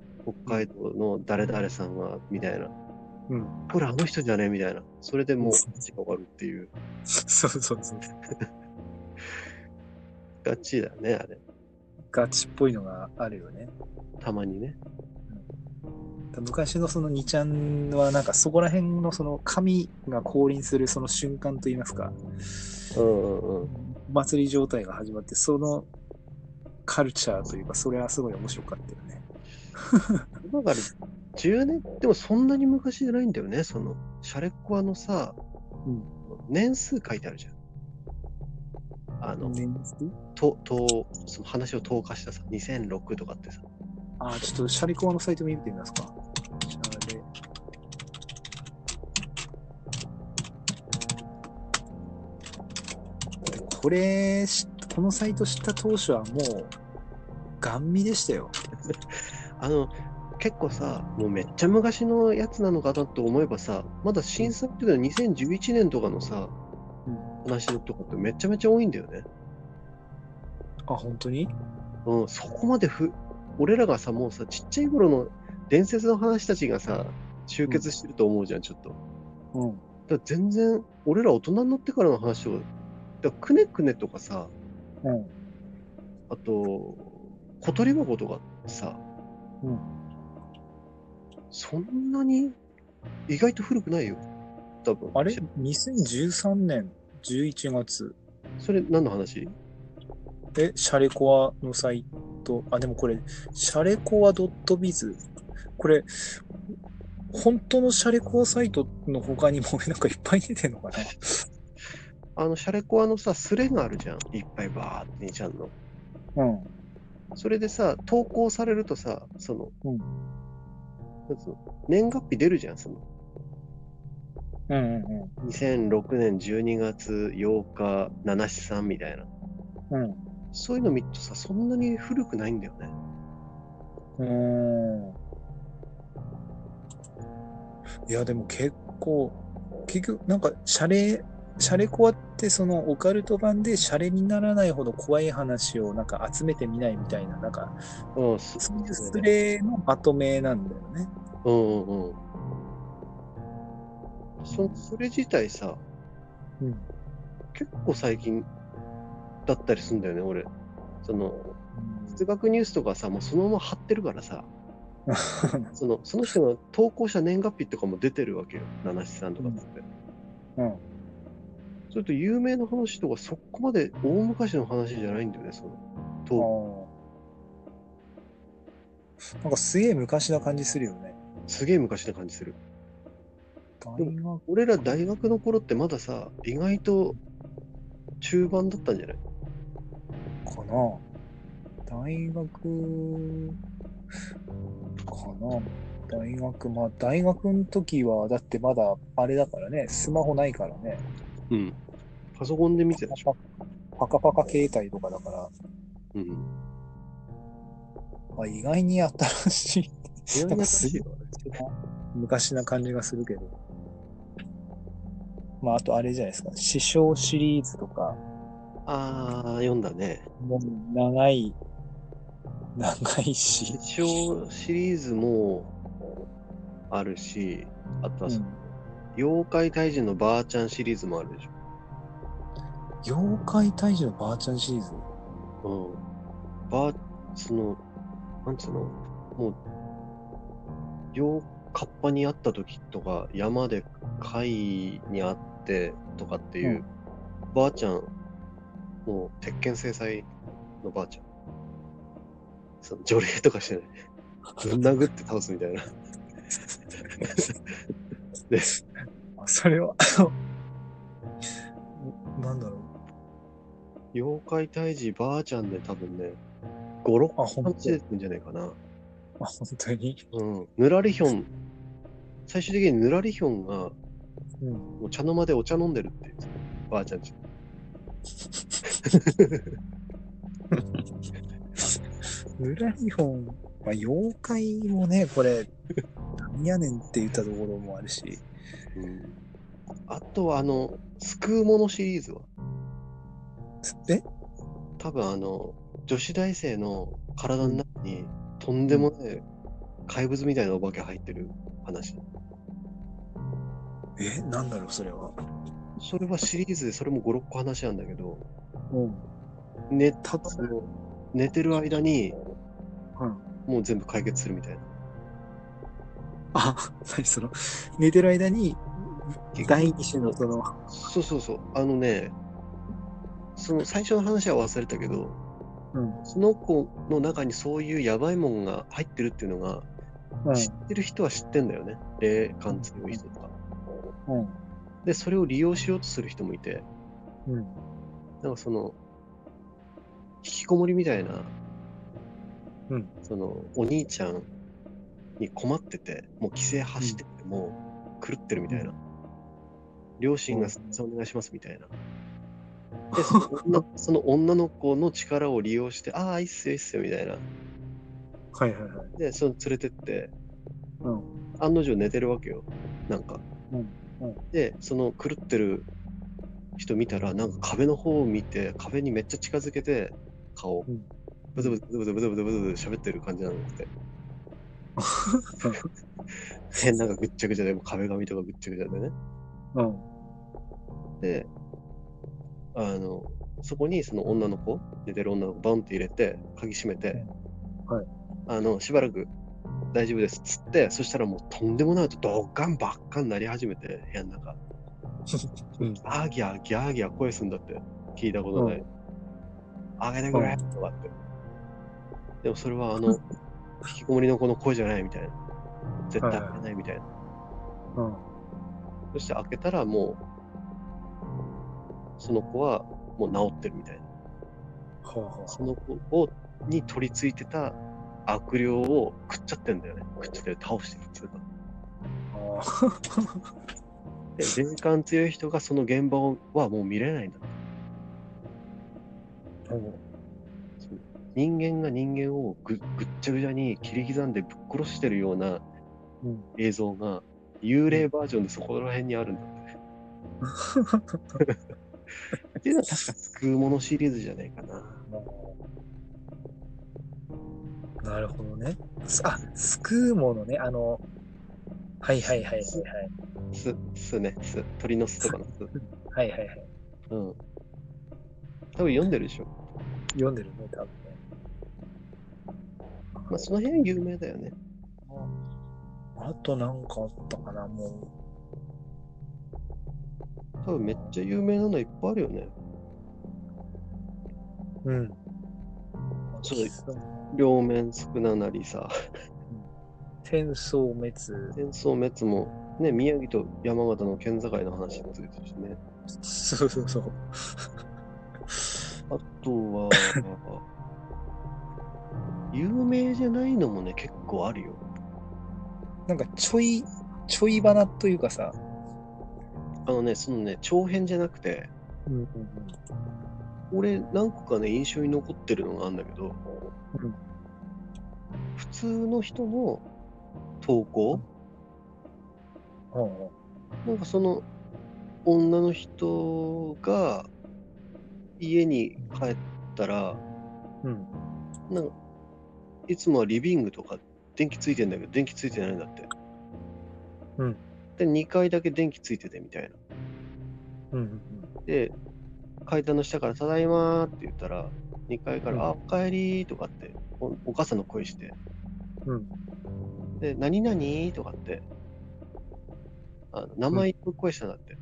Speaker 2: 北海道の誰々さんが、みたいな。
Speaker 1: うん。
Speaker 2: これあの人じゃねみたいな。それでもう、
Speaker 1: そう
Speaker 2: 話が終わるっていう。
Speaker 1: そうそうそう。
Speaker 2: ガチだね、あれ。
Speaker 1: ガチっぽいのがあるよね。
Speaker 2: たまにね。
Speaker 1: 昔のその2ちゃんはなんかそこら辺のその神が降臨するその瞬間といいますか、
Speaker 2: うんうんうん。
Speaker 1: お祭り状態が始まって、そのカルチャーというか、それはすごい面白かったよね。
Speaker 2: 今から10年、でもそんなに昔じゃないんだよね。その、シャレッコアのさ、
Speaker 1: うん
Speaker 2: 年数書いてあるじゃん。あの、
Speaker 1: 年
Speaker 2: と、と、その話を投下したさ、2006とかってさ、
Speaker 1: あー、ちょっとシャリコワのサイト見てみますか。シャレこれ、知っこのサイト知った当初はもう、ガン見でしたよ。
Speaker 2: あの、結構さ、もうめっちゃ昔のやつなのかなと思えばさ、まだ震災の時の2011年とかのさ、
Speaker 1: うん
Speaker 2: 話のとかってめちゃめちゃ多いんだよね。
Speaker 1: あ、本当に
Speaker 2: うん、そこまでふ、俺らがさ、もうさ、ちっちゃい頃の伝説の話たちがさ、集結してると思うじゃん、ちょっと。だか
Speaker 1: うん。
Speaker 2: ら全然、俺ら大人になってからの話とか、だからくねくねとかさ、
Speaker 1: うん。
Speaker 2: あと、小鳥箱とかさ、
Speaker 1: うん
Speaker 2: そんなに意外と古くないよ。多分
Speaker 1: あれ
Speaker 2: し
Speaker 1: ?2013 年11月。
Speaker 2: それ何の話
Speaker 1: え、シャレコアのサイト。あ、でもこれ、シャレコア .biz。これ、本当のシャレコアサイトの他にもなんかいっぱい出てんのかな
Speaker 2: あの、シャレコアのさ、スレがあるじゃん。いっぱいバーって、兄ちゃんの。
Speaker 1: うん。
Speaker 2: それでさ、投稿されるとさ、その、
Speaker 1: うん
Speaker 2: なんつうの年月日出るじゃん、その、
Speaker 1: うんうん
Speaker 2: 2006年12月8日、773みたいな。
Speaker 1: うん。
Speaker 2: そういうの見るとさ、そんなに古くないんだよね。
Speaker 1: うん。いや、でも結構、結局、なんか、シャレ、シャレコアって、その、オカルト版で、シャレにならないほど怖い話を、なんか、集めてみないみたいな、なんか、
Speaker 2: うん、そ
Speaker 1: そういうス
Speaker 2: だね
Speaker 1: レのまとめなんだよね。
Speaker 2: うんうんうん。そそれ自体さ、
Speaker 1: うん
Speaker 2: 結構最近だったりするんだよね、俺。その、数学ニュースとかさ、もうそのまま貼ってるか らさ、そのその人が投稿した年月日とかも出てるわけよ、七七三とかっつって。
Speaker 1: うん。
Speaker 2: それと有名な話とか、そこまで大昔の話じゃないんだよね、その投稿。
Speaker 1: なんか、すげえ昔な感じするよね。
Speaker 2: すげえ昔な感じする。
Speaker 1: 大学、
Speaker 2: 俺ら大学の頃ってまださ、意外と中盤だったんじゃない
Speaker 1: かな大学かな大学まあ大学の時はだってまだあれだからねスマホないからね
Speaker 2: うん。パソコンで見てたでしょ。
Speaker 1: パカパカパカ携帯とかだから
Speaker 2: うん。
Speaker 1: あ意外に新しい
Speaker 2: 意外
Speaker 1: なん
Speaker 2: に
Speaker 1: かす
Speaker 2: 新し
Speaker 1: げ
Speaker 2: い
Speaker 1: え
Speaker 2: よね
Speaker 1: 昔な感じがするけどまああとあれじゃないですか師匠シリーズとか
Speaker 2: ああ、読んだね。
Speaker 1: もう長い長いし、
Speaker 2: 一応シリーズもあるし、あと
Speaker 1: う
Speaker 2: はその
Speaker 1: ん
Speaker 2: 妖怪退治のばあちゃんシリーズもあるでし
Speaker 1: 妖怪退治のばあちゃんシリーズ
Speaker 2: ょ。うん。ばあ、その、なんつうの、もう、妖、カッパに会った時とか、山で貝に会ってとかっていう、ばあちゃん、もう、鉄拳制裁のばあちゃん。その、除霊とか してない。殴って倒すみたいな。
Speaker 1: それは、 あのなんだろう。
Speaker 2: 妖怪退治ばあちゃんで多分ね、5、
Speaker 1: あ、
Speaker 2: 6
Speaker 1: 本
Speaker 2: 巻
Speaker 1: 当
Speaker 2: 出てるんじゃないかな。
Speaker 1: あ、本当に。
Speaker 2: うん。ぬらりひょん、最終的にぬらりひょんが、
Speaker 1: うん。
Speaker 2: お茶の間でお茶飲んでるっていう、ばあちゃんち。
Speaker 1: ぬらりほん、まあ、妖怪もね、これ、何やねんって言ったところもあるし。
Speaker 2: うん。あとは、あの、救うものシリーズは、
Speaker 1: え
Speaker 2: 多分あの、女子大生の体の中に、とんでもない怪物みたいなお化け入ってる話。
Speaker 1: え、なんだろう、それは。
Speaker 2: それはシリーズで、それも5、6個話なんだけど、
Speaker 1: うん。
Speaker 2: ね、
Speaker 1: た
Speaker 2: そ
Speaker 1: だ、
Speaker 2: の寝てる間に、
Speaker 1: うん
Speaker 2: もう全部解決するみたいな。
Speaker 1: あ、何その、寝てる間に、第二種のその、
Speaker 2: そうそうそう。あのね、その最初の話は忘れたけど、
Speaker 1: うん
Speaker 2: その子の中にそういうやばいもんが入ってるっていうのが、知ってる人は知ってんだよね。霊感強い人とか。
Speaker 1: うん、
Speaker 2: で、それを利用しようとする人もいて、
Speaker 1: うん、うん。
Speaker 2: なんかその、引きこもりみたいな、
Speaker 1: うん
Speaker 2: その、お兄ちゃんに困ってて、もう規制走ってて、もう狂ってるみたいな。両親
Speaker 1: う
Speaker 2: が
Speaker 1: ん
Speaker 2: すいませんお願いしますみたいな。で、その女 その女の子の力を利用して、ああ、いいっすよ、いいっすよ、みたいな。
Speaker 1: はいはいはい。
Speaker 2: で、その連れてって、
Speaker 1: うん
Speaker 2: 案の定寝てるわけよ、なんか。
Speaker 1: うんうん
Speaker 2: で、その狂ってる人見たら、なんか壁の方を見て、壁にめっちゃ近づけて、顔を
Speaker 1: うん、
Speaker 2: ブツブツブツブツブツブツブツ喋ってる感じな のって。変なんかぐっちゃぐちゃで、もう壁紙とかぐっちゃぐちゃでね。
Speaker 1: うん、
Speaker 2: で、あの、そこにその女の子、寝てる女の子、バンって入れて、鍵閉めて、
Speaker 1: はい
Speaker 2: あの、しばらく大丈夫ですっつって、そしたらもうとんでもないとドッカンバッカンなり始めて、部屋の中。
Speaker 1: うん
Speaker 2: ギャーギャーギャーギャー声すんだって、聞いたことない。あげてくれとかって。でもそれはあの、引きこもりの子の声じゃないみたいな。絶対開けないみたいな。
Speaker 1: うん。
Speaker 2: そして開けたらもう、その子はもう治ってるみたいな。
Speaker 1: はあは
Speaker 2: その子をに取り付いてた悪霊を食っちゃってんだよね。食っちゃってる、倒してるっていうか。
Speaker 1: ああー
Speaker 2: で、霊感強い人がその現場をはもう見れないんだって。 そう人間が人間をぐぐっちゃぐちゃに切り刻んでぶっ殺してるような
Speaker 1: うん
Speaker 2: 映像が幽霊バージョンでそこら辺にあるんだって。っていうのは確か救うものシリーズじゃないかな。
Speaker 1: なるほどね。すあ、救うものね。あの、はいはいはいはいはい。
Speaker 2: す、すね、す、鳥の巣とかの巣。
Speaker 1: はいはいはい。
Speaker 2: うん。多分読んでるでしょ。
Speaker 1: 読んでるね、多分ね。
Speaker 2: まあ、その辺有名だよね。
Speaker 1: あとなんかあったかな、も
Speaker 2: 多分めっちゃ有名なのいっぱいあるよね。
Speaker 1: う。うん。
Speaker 2: そう両面少ななりさ、
Speaker 1: 戦争滅。
Speaker 2: 戦争滅も、ね、宮城と山形の県境の話についてるしね。
Speaker 1: そうそうそう。
Speaker 2: あとは、 有名じゃないのもね、結構あるよ。
Speaker 1: なんかちょい、ちょい花というかさ。
Speaker 2: あのね、そのね、長編じゃなくて、
Speaker 1: うんうん
Speaker 2: 俺何個かね、印象に残ってるのがあるんだけど、
Speaker 1: うん
Speaker 2: 普通の人の投稿
Speaker 1: うん。は
Speaker 2: なんかその女の人が家に帰ったら、
Speaker 1: あうん。
Speaker 2: なんかいつもはリビングとか電気ついてんだけど、電気ついてないんだって。
Speaker 1: うん。
Speaker 2: で、2階だけ電気ついててみたいな。
Speaker 1: うんうん
Speaker 2: で、階段の下から、ただいまーって言ったら、2階から、
Speaker 1: うん
Speaker 2: あ、おかえりーとかってお、お母さんの声して、
Speaker 1: うん。うん。
Speaker 2: で、何々とかって、あの名前の声したんだって。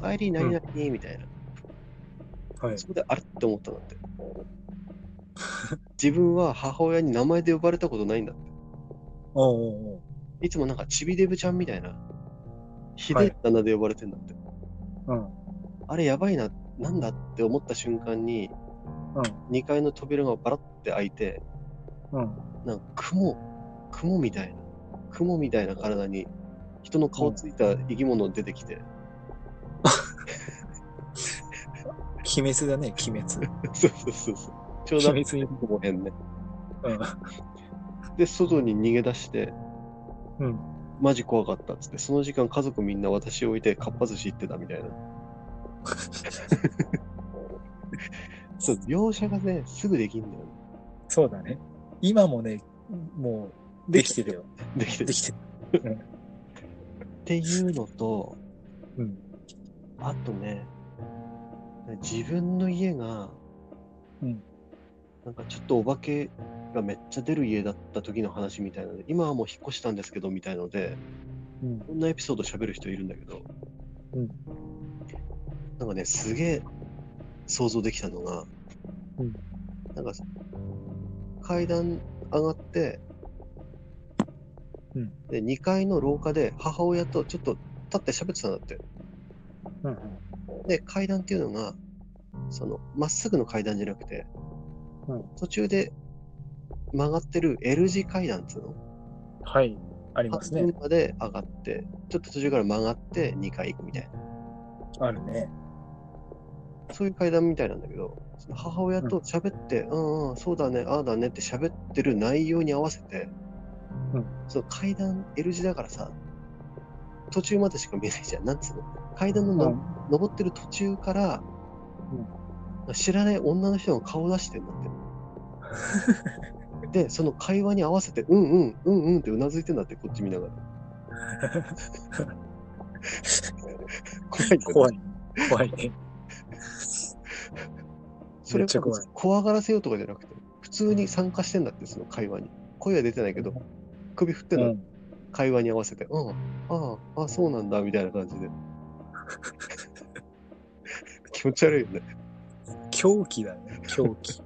Speaker 2: おかえり、何々みたいな。
Speaker 1: はい。
Speaker 2: そこであれって思ったんだって。自分は母親に名前で呼ばれたことないんだって。
Speaker 1: おうおう
Speaker 2: いつもなんかちびデブちゃんみたいな、ひ
Speaker 1: は
Speaker 2: で
Speaker 1: い
Speaker 2: 旦那で呼ばれてんだって。
Speaker 1: おう。うん。
Speaker 2: あれやばいな、なんだって思った瞬間に、2階の扉がバラって開いて、
Speaker 1: うん。うん。
Speaker 2: なんか雲、雲みたいな、雲みたいな体に、人の顔ついた生き物出てきて、
Speaker 1: 鬼滅だね、鬼滅。
Speaker 2: そうそうそうそう。ちょうどあっ
Speaker 1: 鬼滅に。
Speaker 2: この辺ね。
Speaker 1: うん。
Speaker 2: で、外に逃げ出して、
Speaker 1: うん
Speaker 2: マジ怖かったっつって、その時間家族みんな私を置いてかっぱ寿司行ってたみたいな。そう、描写がね、すぐできんだよね。
Speaker 1: そうだね。今もね、もう、できてるよ。
Speaker 2: できてる
Speaker 1: で
Speaker 2: っ
Speaker 1: きてる。
Speaker 2: ていうのと、
Speaker 1: うん。
Speaker 2: あとね、自分の家が、
Speaker 1: うん
Speaker 2: なんかちょっとお化けがめっちゃ出る家だった時の話みたいなので、今はもう引っ越したんですけどみたいので、
Speaker 1: うん。
Speaker 2: こんなエピソード喋る人いるんだけど、
Speaker 1: うん
Speaker 2: なんかね、すげえ想像できたのが、
Speaker 1: うん
Speaker 2: なんか階段上がって、
Speaker 1: うん
Speaker 2: で2階の廊下で母親とちょっと立って喋ってたんだって。
Speaker 1: うん。
Speaker 2: で、階段っていうのが、その、まっすぐの階段じゃなくて、
Speaker 1: うん
Speaker 2: 途中で曲がってる L 字階段っていうの
Speaker 1: はい。あります
Speaker 2: 半
Speaker 1: ね
Speaker 2: 分。まで上がって、ちょっと途中から曲がって2階行くみたいな。
Speaker 1: あるね。
Speaker 2: そういう階段みたいなんだけど、その母親と喋って、うん、うん、そうだね、ああだねって喋ってる内容に合わせて、
Speaker 1: うん
Speaker 2: その階段 L 字だからさ、途中までしか見えないじゃん。なんつうの階段のの、
Speaker 1: うん
Speaker 2: 登ってる途中から、知らない女の人が顔出してんだって。で、その会話に合わせて、うんうん、うんうんってうなずいてんだって、こっち見な がら。怖いんだよね
Speaker 1: 怖い。怖いね。
Speaker 2: そ
Speaker 1: め
Speaker 2: れ
Speaker 1: っちゃ怖い
Speaker 2: は怖がらせようとかじゃなくて、普通に参加してんだって、その会話に。声は出てないけど、首振ってん
Speaker 1: う
Speaker 2: の、
Speaker 1: ん。
Speaker 2: 会話に合わせて、うん、ああ、ああ、そうなんだ、みたいな感 じで。気持ち悪いよね。
Speaker 1: 狂気だね。狂気。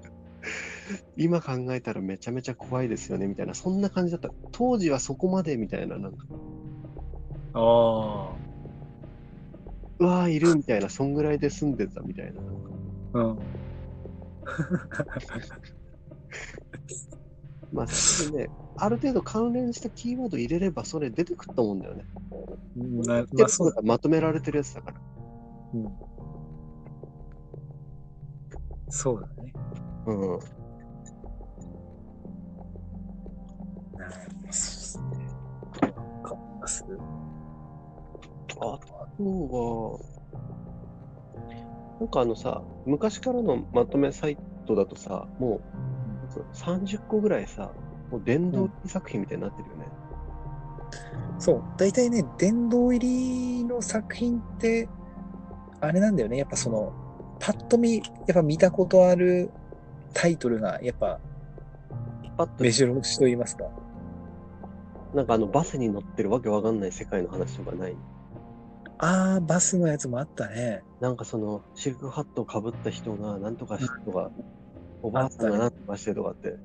Speaker 2: 今考えたらめちゃめちゃ怖いですよね、みたいな、そんな感じだった。当時はそこまでみたいな、なんか、
Speaker 1: ああ。
Speaker 2: うわーいるみたいな、そんぐらいで住んでたみたいな。なんか
Speaker 1: うん。
Speaker 2: まあ、それでね、ある程度関連したキーワード入れれば、それ出てくると思うんだよね。
Speaker 1: な
Speaker 2: で
Speaker 1: まあ、そうだ。
Speaker 2: まとめられてるやつだから。
Speaker 1: そうだね。
Speaker 2: うん。
Speaker 1: そうですね。なんかあります
Speaker 2: あとは、なんかあのさ、昔からのまとめサイトだとさ、もう30個ぐらいさ、もう殿堂入り作品みたいになってるよね。
Speaker 1: そう、大体ね、殿堂入りの作品って、あれなんだよね、やっぱその、パッと見、やっぱ見たことあるタイトルが、やっぱ
Speaker 2: パッと
Speaker 1: 目白押しと言いますか。
Speaker 2: なんかあのバスに乗ってるわけわかんない世界の話とかない。
Speaker 1: あー、バスのやつもあったね。
Speaker 2: なんかそのシルクハットをかぶった人がなんとかしてとか、おばあさんがなんとかしてとかって、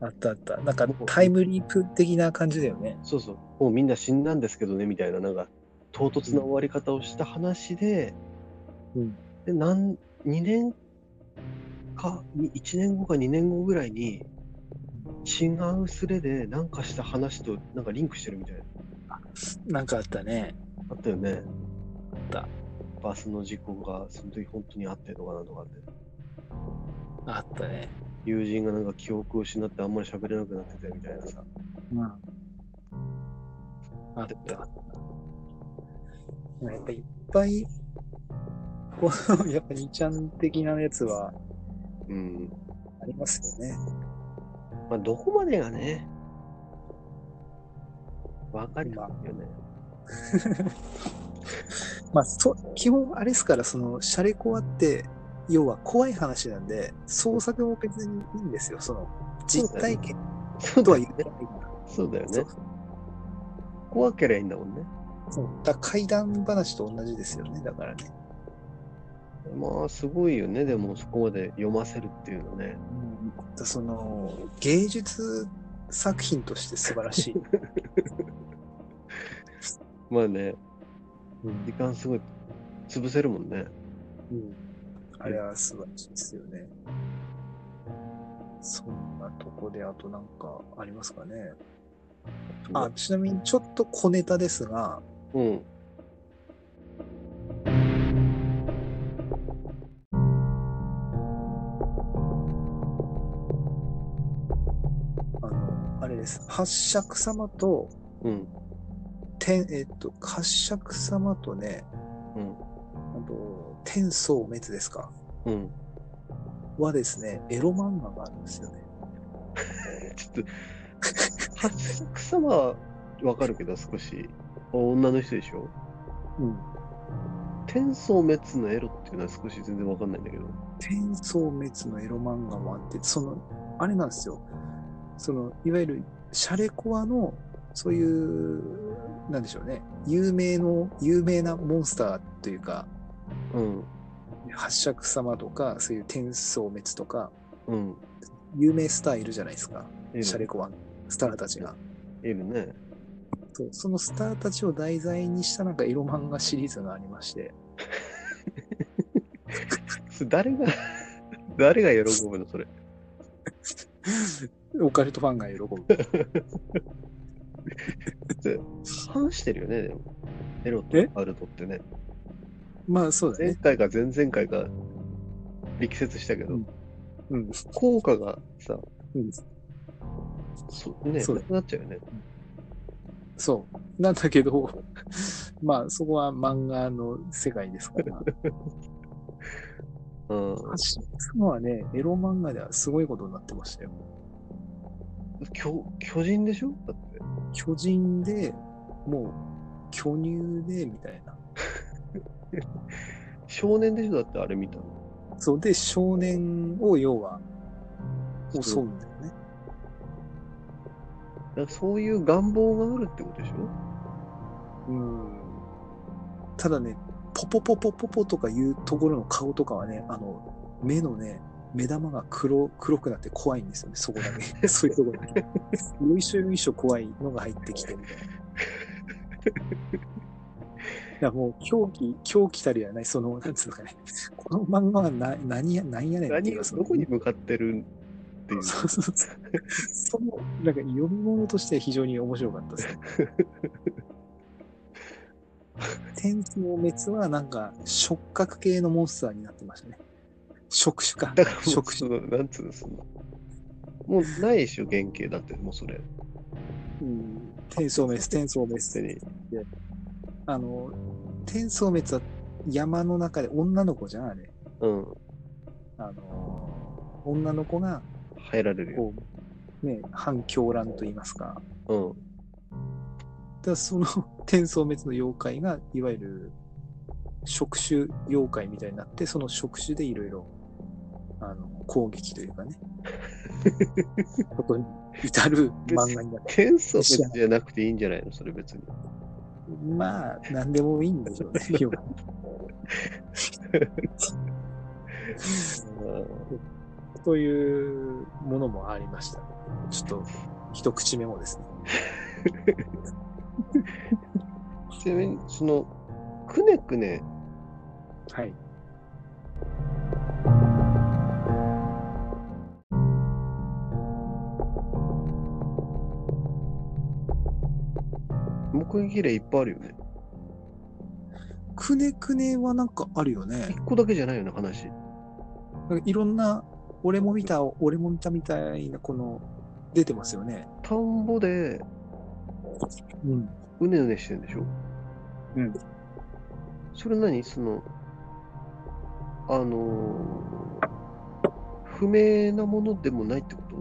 Speaker 1: あったあった。なんかタイムリープ的な感じだよね。
Speaker 2: そうそう、もうみんな死んだんですけどねみたいな、なんか唐突な終わり方をした話で、
Speaker 1: うん
Speaker 2: でなん2年か、1年後か2年後ぐらいに、違うすれでなんかした話となんかリンクしてるみたいな。
Speaker 1: なんかあったね。。
Speaker 2: あったよね。あったバスの事故がその時本当にあってとかなんとかって。
Speaker 1: あったね。
Speaker 2: 友人がなんか記憶を失ってあんまり喋れなくなっててみたいなさ。
Speaker 1: うん。あった。やっぱいっぱい、この、やっぱ2ちゃん的なやつは
Speaker 2: うん。
Speaker 1: ありますよね。
Speaker 2: まあ、どこまでがね、わかりますよね。
Speaker 1: まあ、そ基本あれですから、その、シャレコアって、要は怖い話なんで、創作も別にいいんですよ。その、実体験
Speaker 2: そう
Speaker 1: と
Speaker 2: だ
Speaker 1: は
Speaker 2: よ
Speaker 1: 言っ
Speaker 2: ね
Speaker 1: て。ないから。
Speaker 2: そうだよ
Speaker 1: そ
Speaker 2: ね
Speaker 1: う。
Speaker 2: 怖ければいいんだもんね。
Speaker 1: そうだから怪談話と同じですよね。だからね。
Speaker 2: まあ、すごいよね。でも、そこまで読ませるっていうのね。
Speaker 1: うん、その、芸術作品として素晴らしい。
Speaker 2: まあね、
Speaker 1: うん
Speaker 2: 時間すごい潰せるもんね。
Speaker 1: うん、あれは素晴らしいですよね。そんなとこで、あとなんかありますかね。あ、ちなみにちょっと小ネタですが、
Speaker 2: うん。
Speaker 1: あの、あれです。八尺様と、
Speaker 2: うん。
Speaker 1: 天、えっと、八尺様とね、
Speaker 2: うん。
Speaker 1: あと、天相滅ですか。
Speaker 2: うん。
Speaker 1: はですね、エロ漫画があるんですよね。
Speaker 2: ち ょっと、八尺様はわかるけど、少し。女の人でしょ
Speaker 1: うん。
Speaker 2: 天相滅のエロっていうのは少し全然わかんないんだけど。
Speaker 1: 天相滅のエロ漫画もあって、その、あれなんですよ。その、いわゆる、シャレコアの、そういう、なんでしょうね。有名の、有名なモンスターというか、
Speaker 2: うん。
Speaker 1: 八尺様とか、そういう天相滅とか、
Speaker 2: うん。
Speaker 1: 有名スターいるじゃないですか。
Speaker 2: エ
Speaker 1: シャレ
Speaker 2: ロ。
Speaker 1: コアのスターたちが。
Speaker 2: エロね。
Speaker 1: そうそのスターたちを題材にしたなんか色漫画シリーズがありまして、
Speaker 2: それ誰が、 誰が喜ぶの、それ。
Speaker 1: オカルトファンが喜ぶ。
Speaker 2: 反してるよね、でも。エロと
Speaker 1: え
Speaker 2: アルトってね。
Speaker 1: まあそうだ
Speaker 2: 前
Speaker 1: ね。
Speaker 2: 回か前々回か、力説したけど、
Speaker 1: うんうん。
Speaker 2: 効果がさ、
Speaker 1: うん
Speaker 2: そうね、
Speaker 1: そう
Speaker 2: なくなっちゃうよね。
Speaker 1: そう。なんだけど、 まあそこは漫画の世界ですから。
Speaker 2: うん。
Speaker 1: 八のはね、エロ漫画ではすごいことになってましたよ。
Speaker 2: 巨巨人でしょだって。
Speaker 1: 巨人で、もう、巨乳で、みたいな。
Speaker 2: 少年でしょだって、あれ見たの。
Speaker 1: そう。で、少年を要は襲うんだよね。
Speaker 2: なんかそういう願望があるってことでしょ
Speaker 1: うん。ただね、ポポポポポポとかいうところの顔とかはね、あの、目のね、目玉が黒、黒くなって怖いんですよね、そこだ け。そういうところだけ。よいしょよいしょ怖いのが入ってきてみたいな。やもう狂気、狂気たるやない、その、なんつうのかね、この漫画はな何や何やねんっていう
Speaker 2: 何が
Speaker 1: か、そ
Speaker 2: ど
Speaker 1: の
Speaker 2: こに向かってるっていう。
Speaker 1: そうそうそう。その、なんか読み物として非常に面白かった です。天気の滅はなんか触覚系のモンスターになってましたね。触手か。
Speaker 2: だからもう
Speaker 1: 触手
Speaker 2: そ。の、なんつうの、その、もうないでしょ、原型だって、もうそれ。
Speaker 1: うん。天相滅、天相滅
Speaker 2: 別に。
Speaker 1: あの、天相滅は山の中で女の子じゃん、あれ。
Speaker 2: うん。
Speaker 1: あの、女の子が、
Speaker 2: 入られるよ。
Speaker 1: こう、ね、反狂乱と言いますか。
Speaker 2: うん。
Speaker 1: だからその 天相滅の妖怪がいわゆる触手妖怪みたいになってその触手でいろいろあの攻撃という かねことに至る漫画になって
Speaker 2: 天相別じゃなくていいんじゃないのそれ別に。
Speaker 1: まあ何でもいいんでしょう ね要はというものもありましたちょっと一口目もですね
Speaker 2: ちなみに、その、くねくね、
Speaker 1: はい
Speaker 2: 目撃例いっぱいあるよね。
Speaker 1: くねくねはなんかあるよね
Speaker 2: 一個だけじゃないよね、話。
Speaker 1: なんかいろんな俺も見た俺も見たみたいなこの出てますよね
Speaker 2: 田んぼで、
Speaker 1: うん
Speaker 2: うねうねしてんでしょ
Speaker 1: うん。
Speaker 2: それ何その、あのー不明なものでもないってこと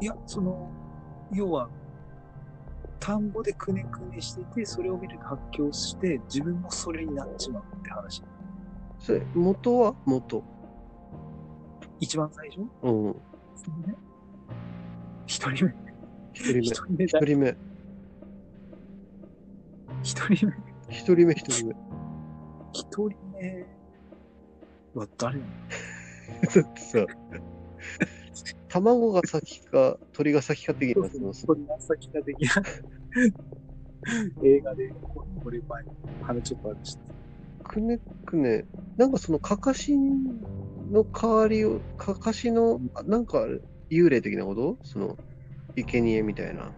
Speaker 1: いや、その、要は、田んぼでくねくねしていて、それを見ると発狂して、自分もそれになっちまうって話。
Speaker 2: それ、元は元。
Speaker 1: 一番最初
Speaker 2: うん。
Speaker 1: 一人
Speaker 2: 一
Speaker 1: 目。
Speaker 2: 人目。
Speaker 1: 一
Speaker 2: 一
Speaker 1: 人目だ。
Speaker 2: 人目。
Speaker 1: 一人目。
Speaker 2: 一人目、一人目。
Speaker 1: 一人目は誰なの
Speaker 2: だってさ、卵が先か、鳥が先か的なやつの、そ
Speaker 1: そんな先ができない。 映画で、これ前、話ちょっとあるし。
Speaker 2: のくねくね、なんかそのかかしの代わりを、かかしの、あなんかあれ幽霊的なことその、生贄みたいな。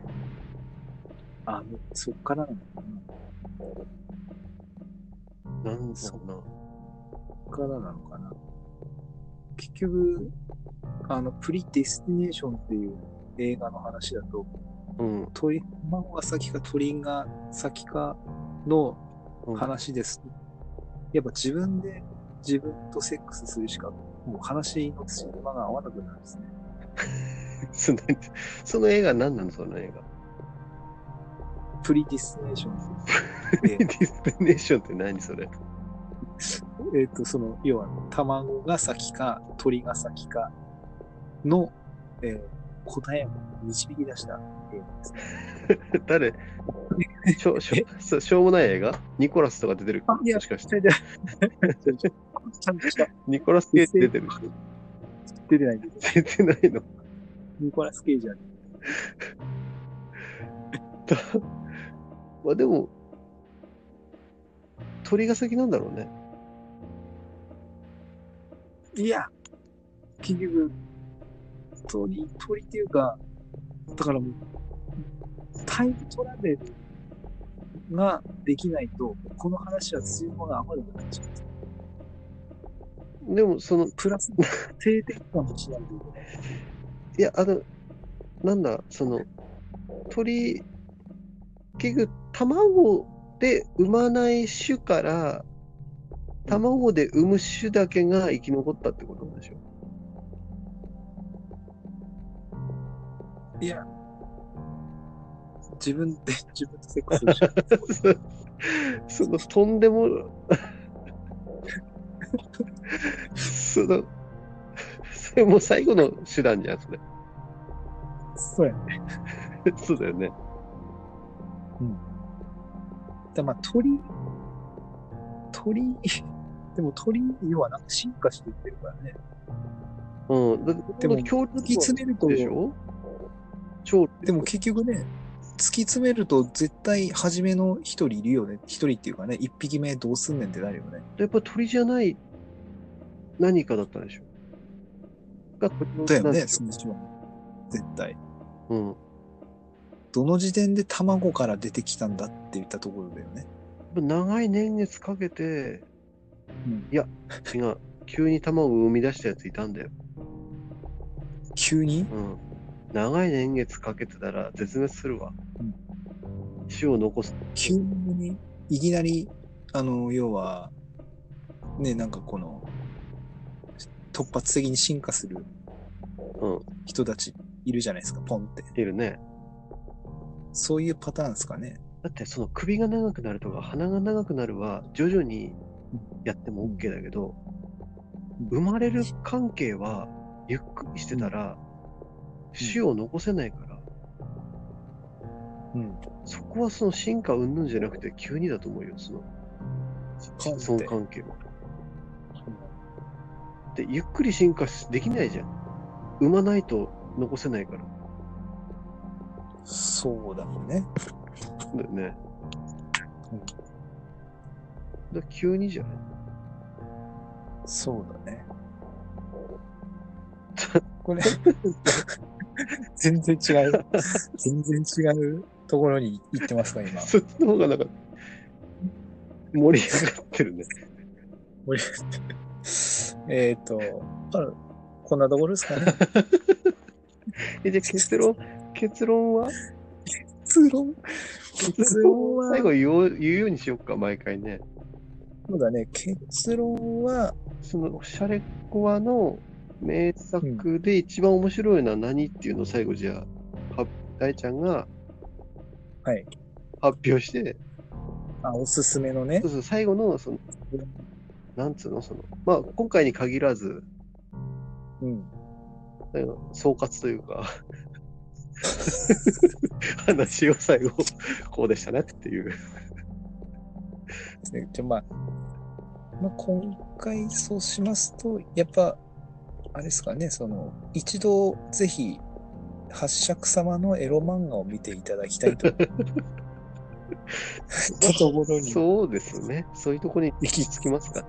Speaker 1: あの、そっからなのかな
Speaker 2: なんだろうな。
Speaker 1: そっからなのかな。結局、あの、プリディスティネーションっていう映画の話だと、
Speaker 2: うん。
Speaker 1: 鳥、卵が先か鳥が先かの
Speaker 2: うん
Speaker 1: 話です。やっぱ自分で自分とセックスするしか、もう話の隙間が合わなくなるんですね。
Speaker 2: そのその映画何なのその映画。
Speaker 1: プリディスティネーション ってい
Speaker 2: デ
Speaker 1: う
Speaker 2: ィスティネーションって何それ
Speaker 1: えーえっと、その、要は、卵が先か鳥が先かの、えー答えを導き出した映画です。
Speaker 2: 誰しょしょそうしょうもない映画ニコラスとか出てる
Speaker 1: あいや
Speaker 2: もしかして。
Speaker 1: ちゃんとした
Speaker 2: ニコラス・ケイジ出てる
Speaker 1: 出てないんです。
Speaker 2: 出てないの
Speaker 1: ニコラス・ケイジはね
Speaker 2: だまあでも、鳥が先なんだろうね。
Speaker 1: いや、結局、鳥、鳥っていうか、だからもう、タイムトラベルができないと、この話は水分が合わなくなっちゃう。
Speaker 2: でも、その、
Speaker 1: プラス、定点感もしないといけない。
Speaker 2: いや、あの、なんだ、その、鳥、結局、卵で産まない種から、卵で産む種だけが生き残ったってことなんでしょ
Speaker 1: いや、自分で、自分とセックスをしない
Speaker 2: そのとんでもそのそれもう最後の手段じゃんそれ
Speaker 1: そうやね。
Speaker 2: そうだよね
Speaker 1: だまあ、鳥、鳥、でも鳥、要はなんか進化していってるからね。
Speaker 2: うんだっ
Speaker 1: で
Speaker 2: て
Speaker 1: も
Speaker 2: 恐竜
Speaker 1: 突き詰めると
Speaker 2: でしょ超
Speaker 1: でも結局ね、突き詰めると絶対初めの一人いるよね。一人っていうかね、一匹目どうすんねんってなるよね。
Speaker 2: やっぱ鳥じゃない何かだったでしょ。が鳥の
Speaker 1: だよ
Speaker 2: なん
Speaker 1: ね、
Speaker 2: です
Speaker 1: その人は。絶対。
Speaker 2: うん。
Speaker 1: どの時点で卵から出てきたんだって言ったところだよね。
Speaker 2: 長い年月かけて、
Speaker 1: うん
Speaker 2: いや、違う。急に卵を生み出したやついたんだよ。
Speaker 1: 急に
Speaker 2: うん。長い年月かけてたら絶滅するわ
Speaker 1: うん。
Speaker 2: 種を残す。
Speaker 1: 急にいきなりあの要はねなんかこの突発的に進化する
Speaker 2: うん
Speaker 1: 人たちいるじゃないですか、ポンって
Speaker 2: いるね。
Speaker 1: そういうパターンですかね
Speaker 2: だってその首が長くなるとか鼻が長くなるは徐々にやっても OK だけど、
Speaker 1: うん
Speaker 2: 生まれる関係はゆっくりしてたら、種を残せないから、
Speaker 1: うん
Speaker 2: そこはその進化云々じゃなくて急にだと思うよ、その
Speaker 1: ポンって
Speaker 2: 子孫関係は。で、ゆっくり進化しできないじゃん。産まないと残せないから。
Speaker 1: そうだよね
Speaker 2: だよね。
Speaker 1: うん
Speaker 2: だから急にじゃない
Speaker 1: そうだ ねこれ全然違う全然違うところに行ってますか今
Speaker 2: そっちの方がなんか、盛り上がってるね。
Speaker 1: 盛り上がってえっとあこんなところですかね
Speaker 2: え、じゃあ結論、結論は
Speaker 1: 結論結論は
Speaker 2: 最後言おう言うようにしよっか、毎回ね。
Speaker 1: そうだね、結論は、
Speaker 2: その、シャレコアの名作で一番面白いのは何っていうのを最後じゃあ、は大ちゃんが、
Speaker 1: はい。
Speaker 2: 発表して、
Speaker 1: あ、おすすめのね
Speaker 2: そう、そう、最後の、その、なんつうの、その、まあ、今回に限らず、
Speaker 1: うん、
Speaker 2: なんか総括という か、話を最後、こうでしたねっていう。
Speaker 1: でじゃあまあ、まあ、今回そうしますと、やっぱ、あれですかね、その、一度ぜひ、八尺様のエロ漫画を見ていただきたいと。ったところに
Speaker 2: そうですね。そういうところに行き着きますかね。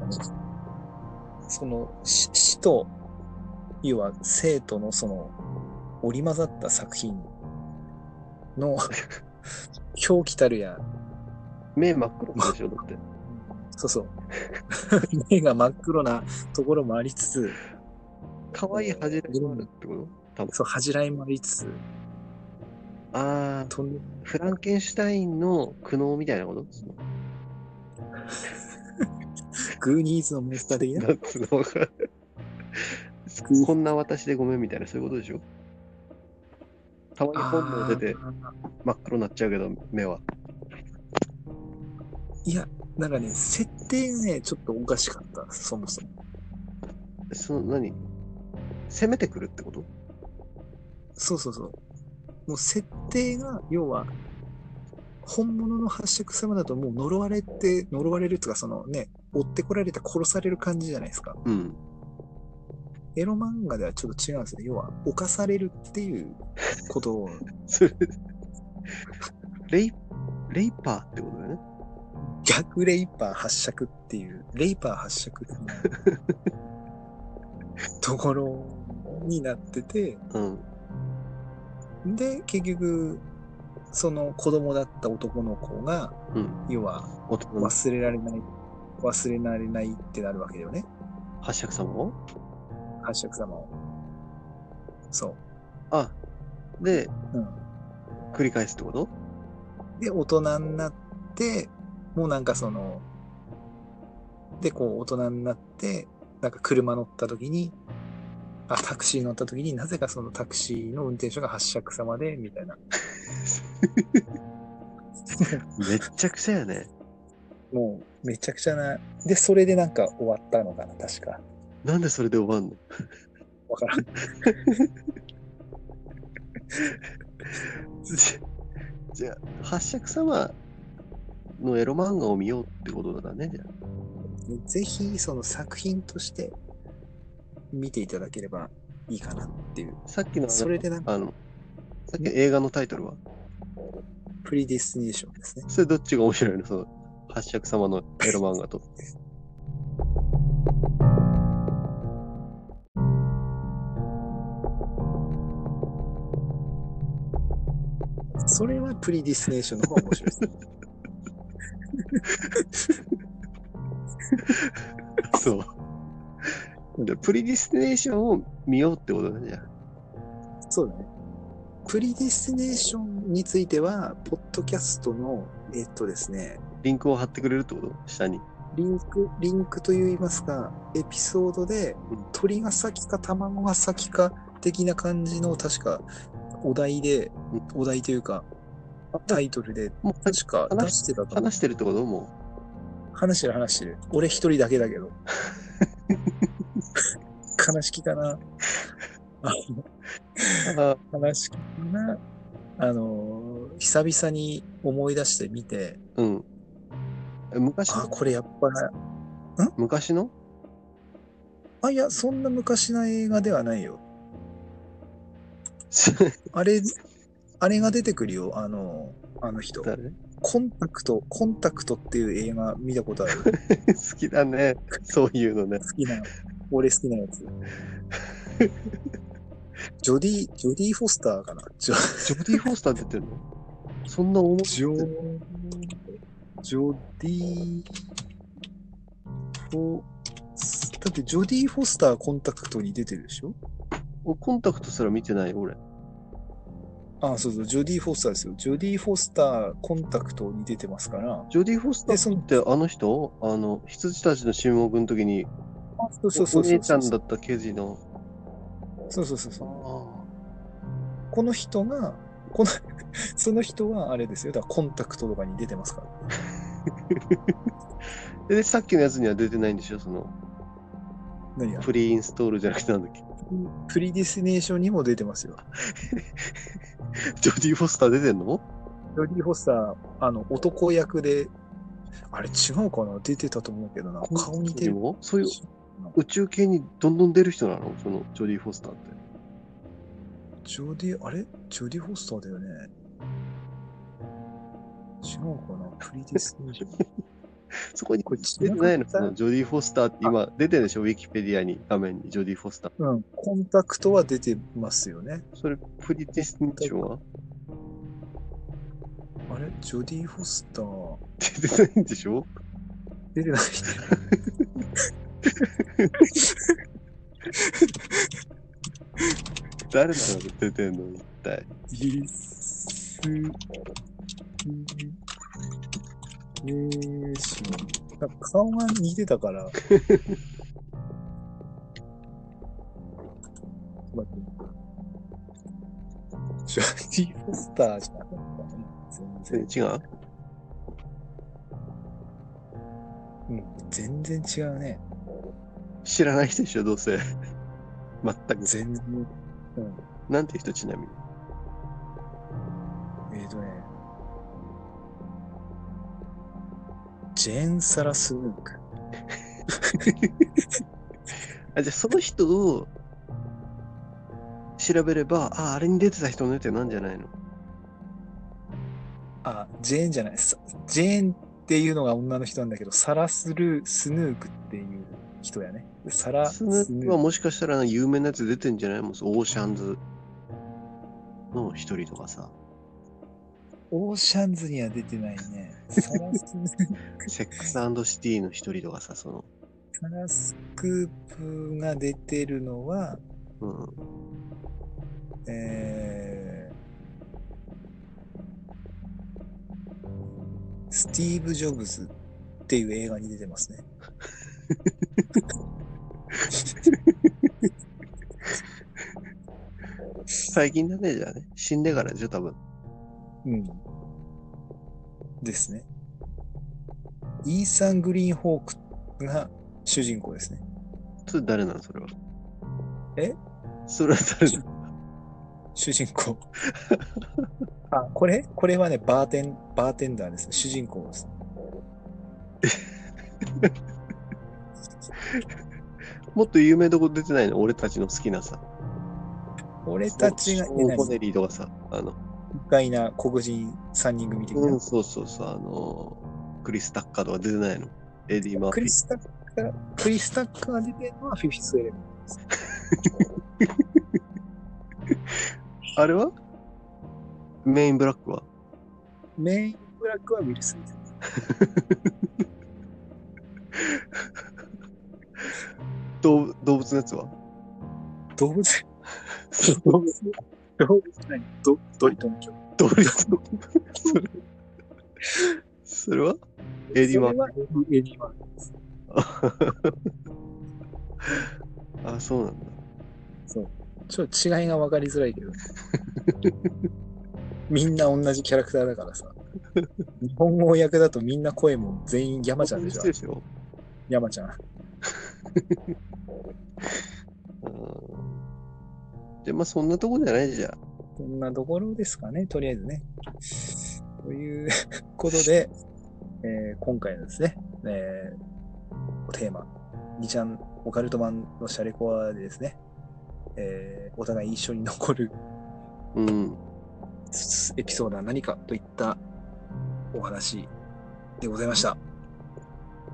Speaker 1: その、し死と、要は生とのその、織り交ざった作品の、狂気たるや、
Speaker 2: 目真っ黒でしょ、だって。
Speaker 1: そうそう。目が真っ黒なところもありつつ、
Speaker 2: 可愛い恥じらいもあるってこと多分。
Speaker 1: そう、恥じらいもありつつ、
Speaker 2: ああ、
Speaker 1: とんで
Speaker 2: フランケンシュタインの苦悩みたいなことその
Speaker 1: グーニーズのモンスター的な
Speaker 2: な。んつうの わかんないこんな私でごめんみたいな、そういうことでしょたまに本能出て
Speaker 1: あー
Speaker 2: 真っ黒になっちゃうけど、目は。
Speaker 1: いや、なんかね、設定ね、ちょっとおかしかった、そもそも。
Speaker 2: その何攻めてくるってこと
Speaker 1: そうそうそう。もう設定が、要は、本物の八尺様だともう呪われて、呪われるっていうか、そのね、追ってこられて殺される感じじゃないですか。
Speaker 2: うん。
Speaker 1: エロ漫画ではちょっと違うんですね。要は、犯されるっていうことを、
Speaker 2: それ、レイ、レイパーってことだよね。
Speaker 1: 逆レイパー発射っていう、レイパー発射っていうところになってて、
Speaker 2: うん。
Speaker 1: で、結局、その子供だった男の子が、
Speaker 2: うん。
Speaker 1: 要は
Speaker 2: 男の
Speaker 1: 忘れられない、忘れられないってなるわけだよね、
Speaker 2: 八尺様を
Speaker 1: 発射様を。そう。
Speaker 2: あ、で、
Speaker 1: うん、
Speaker 2: 繰り返すってこと
Speaker 1: で、大人になって、もうなんかその、で、こう大人になって、なんか車乗った時に、あ、タクシー乗った時になぜかそのタクシーの運転手が八尺様で、みたいな。
Speaker 2: めっちゃくちゃやね。
Speaker 1: もう、めちゃくちゃな。で、それでなんか終わったのかな、確か。
Speaker 2: なんでそれで終わんの
Speaker 1: わからん。
Speaker 2: じゃ じゃあ、八尺様のエロ漫画を見ようってことだね、じゃあ
Speaker 1: ぜひ、その作品として見ていただければいいかなっていう。
Speaker 2: さっきのあの
Speaker 1: それでなんか、
Speaker 2: あの、さっきの映画のタイトルは
Speaker 1: プリディスティネーションですね。
Speaker 2: それどっちが面白いのその、八尺様のエロ漫 画と。
Speaker 1: それはプリディスティネーションの方が面白いですね。
Speaker 2: そう。でプリディスティネーションを見ようってことだね。じゃあ
Speaker 1: そうだね。プリディスティネーションについては、ポッドキャストの、えっとですね、
Speaker 2: リンクを貼ってくれるってこと下に。
Speaker 1: リンク、リンクといいますか、エピソードで
Speaker 2: うん、
Speaker 1: 鳥が先か卵が先か的な感じの、確か、お題で、お題というか、タイトルで、
Speaker 2: もう
Speaker 1: 確か出してたと思う
Speaker 2: 話してるってことも
Speaker 1: 話してる話してる。俺一人だけだけど。悲しきかな。あの
Speaker 2: う。あ
Speaker 1: 悲しきかな。あの、久々に思い出してみて、
Speaker 2: うん。え昔
Speaker 1: あ、
Speaker 2: の
Speaker 1: これやっぱ、
Speaker 2: 昔の
Speaker 1: あ、いや、そんな昔な映画ではないよ。あれ、あれが出てくるよ、あの、あの人。
Speaker 2: 誰
Speaker 1: コンタクト、コンタクトっていう映画見たことある。
Speaker 2: 好きだね。そういうのね。
Speaker 1: 好きな、俺好きなやつ。ジョディ、ジョディ・フォスターかな。ジョ
Speaker 2: ジョディ・フォスター出てるのそんな面
Speaker 1: ジ
Speaker 2: 白
Speaker 1: ョ
Speaker 2: い。
Speaker 1: ジョディフォだってジョディ・フォスターコンタクトに出てるでしょ
Speaker 2: 俺コンタクトすら見てない俺。
Speaker 1: あそうそう、ジョディ・フォスターですよ。ジョディ・フォスターコンタクトに出てますから。
Speaker 2: ジョディ・フォスタ
Speaker 1: でその
Speaker 2: ーってあの人あの、羊たちの注目の時に、
Speaker 1: あそうそうそ
Speaker 2: お
Speaker 1: うそう。
Speaker 2: 姉ちゃんだった刑事の。
Speaker 1: そうそうそうそう。
Speaker 2: あ
Speaker 1: この人が、この、 その人はあれですよ。だからコンタクトとかに出てますから。
Speaker 2: あで、さっきのやつには出てないんでしょその、
Speaker 1: 何が
Speaker 2: プリインストールじゃなくてなんだっけ。
Speaker 1: プリディスティネーションにも出てますよ。
Speaker 2: ジョディ・フォスター出てんの
Speaker 1: ジョディ・フォスター、あの、男役で、あれ違うかな出てたと思うけどな。顔似てる
Speaker 2: コンタクトに。もそういう宇宙系にどんどん出る人なのそのジョディ・フォスターって。
Speaker 1: ジョディ、あれジョディ・フォスターだよね。違うかなプリディスティネーション。
Speaker 2: そこに
Speaker 1: これ違
Speaker 2: 出て
Speaker 1: う
Speaker 2: ないのそのジョディ・フォスターって今出てるでしょウィキペディアに画面にジョディ・フォスター。
Speaker 1: うん。コンタクトは出てますよね。
Speaker 2: それプリティスティネーションは
Speaker 1: あれジョディ・フォスター。
Speaker 2: 出てないんでしょ
Speaker 1: 出てない。
Speaker 2: 誰なの出てんの一体。
Speaker 1: リスネーション。なんか顔が似てたから。ちょっと待ってジョディ・フォスターじゃなかったね。全
Speaker 2: 違う
Speaker 1: 然。うん、全然違うね。
Speaker 2: 知らない人でしょどうせ。 全く。
Speaker 1: 全然。うん。
Speaker 2: なんて人ちなみに。
Speaker 1: えっ、とね。ジェーン・サラスウーク。
Speaker 2: あ、じゃあその人を調べれば、あ、あれに出てた人の予定なんじゃないの
Speaker 1: あ、ジェーンじゃない。さジェーンっていうのが女の人なんだけど、サラスルー・スヌークっていう人やね。サラ・
Speaker 2: スヌ
Speaker 1: ス
Speaker 2: ー
Speaker 1: ヌ
Speaker 2: プは
Speaker 1: ーク。
Speaker 2: もしかしたら有名なやつ出てんじゃないもうオーシャンズの一人とかさ、
Speaker 1: オーシャンズには出てないね。サラスヌーク。
Speaker 2: セックスシティの一人とかさ、その、
Speaker 1: サラスクープが出てるのは、
Speaker 2: うん、
Speaker 1: えー、スティーブ・ジョブズっていう映画に出てますね。
Speaker 2: 最近だね、じゃあね、死んでからでしょ、多分。
Speaker 1: うん。ですね。イーサン・グリーンホークが主人公ですね。
Speaker 2: それ誰なの、それは。
Speaker 1: え
Speaker 2: それは誰なの
Speaker 1: 主人 公。あ、これこれはね、バーテン、バーテンダーですね。主人公 です。
Speaker 2: もっと有名どこ出てないの俺たちの好きなさ。
Speaker 1: 俺たちが
Speaker 2: ショ
Speaker 1: い
Speaker 2: ー
Speaker 1: な
Speaker 2: ン
Speaker 1: い
Speaker 2: コネリーとかさ、あの、
Speaker 1: 外な黒人3人組的な。
Speaker 2: うん、そうそうそう、あの、クリス・タッカーとか出てないの。エディ・マーフ
Speaker 1: ク
Speaker 2: ィ
Speaker 1: リ
Speaker 2: ー。
Speaker 1: スタッカー、クリスタッカーが出てるのはフィフィスエレメン
Speaker 2: あれはメインブラックは
Speaker 1: ト。メインブラックはウィル・スミス。
Speaker 2: 動動物のや つは
Speaker 1: 動物、動物、動物何ドドリトンチョ。
Speaker 2: 動物のそれそれは エディ・マーフ
Speaker 1: そ
Speaker 2: ィー
Speaker 1: れはエディ・マーフィーです。
Speaker 2: あ、そうなんだ。
Speaker 1: ちょっと違いが分かりづらいけ ど。みんな同じキャラクターだからさ。日本語訳だとみんな声も全員山ちゃんでしょ
Speaker 2: そう。 ですよ。
Speaker 1: 山ちゃん。
Speaker 2: うんで、まあそんなとこじゃないじゃん。
Speaker 1: そんなところですかね、とりあえずね。という ことで、えー今回のですね、えーテーマ、2ちゃんオカルト版のシャレコアでですね、えーお互い一緒に残る
Speaker 2: うん。
Speaker 1: エピソードは何かといったお話でございました。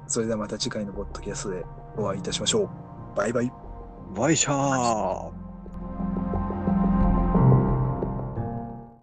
Speaker 1: それではまた次回のポッドキャストでお会いいたしましょう。バイバイ。
Speaker 2: ワイシャー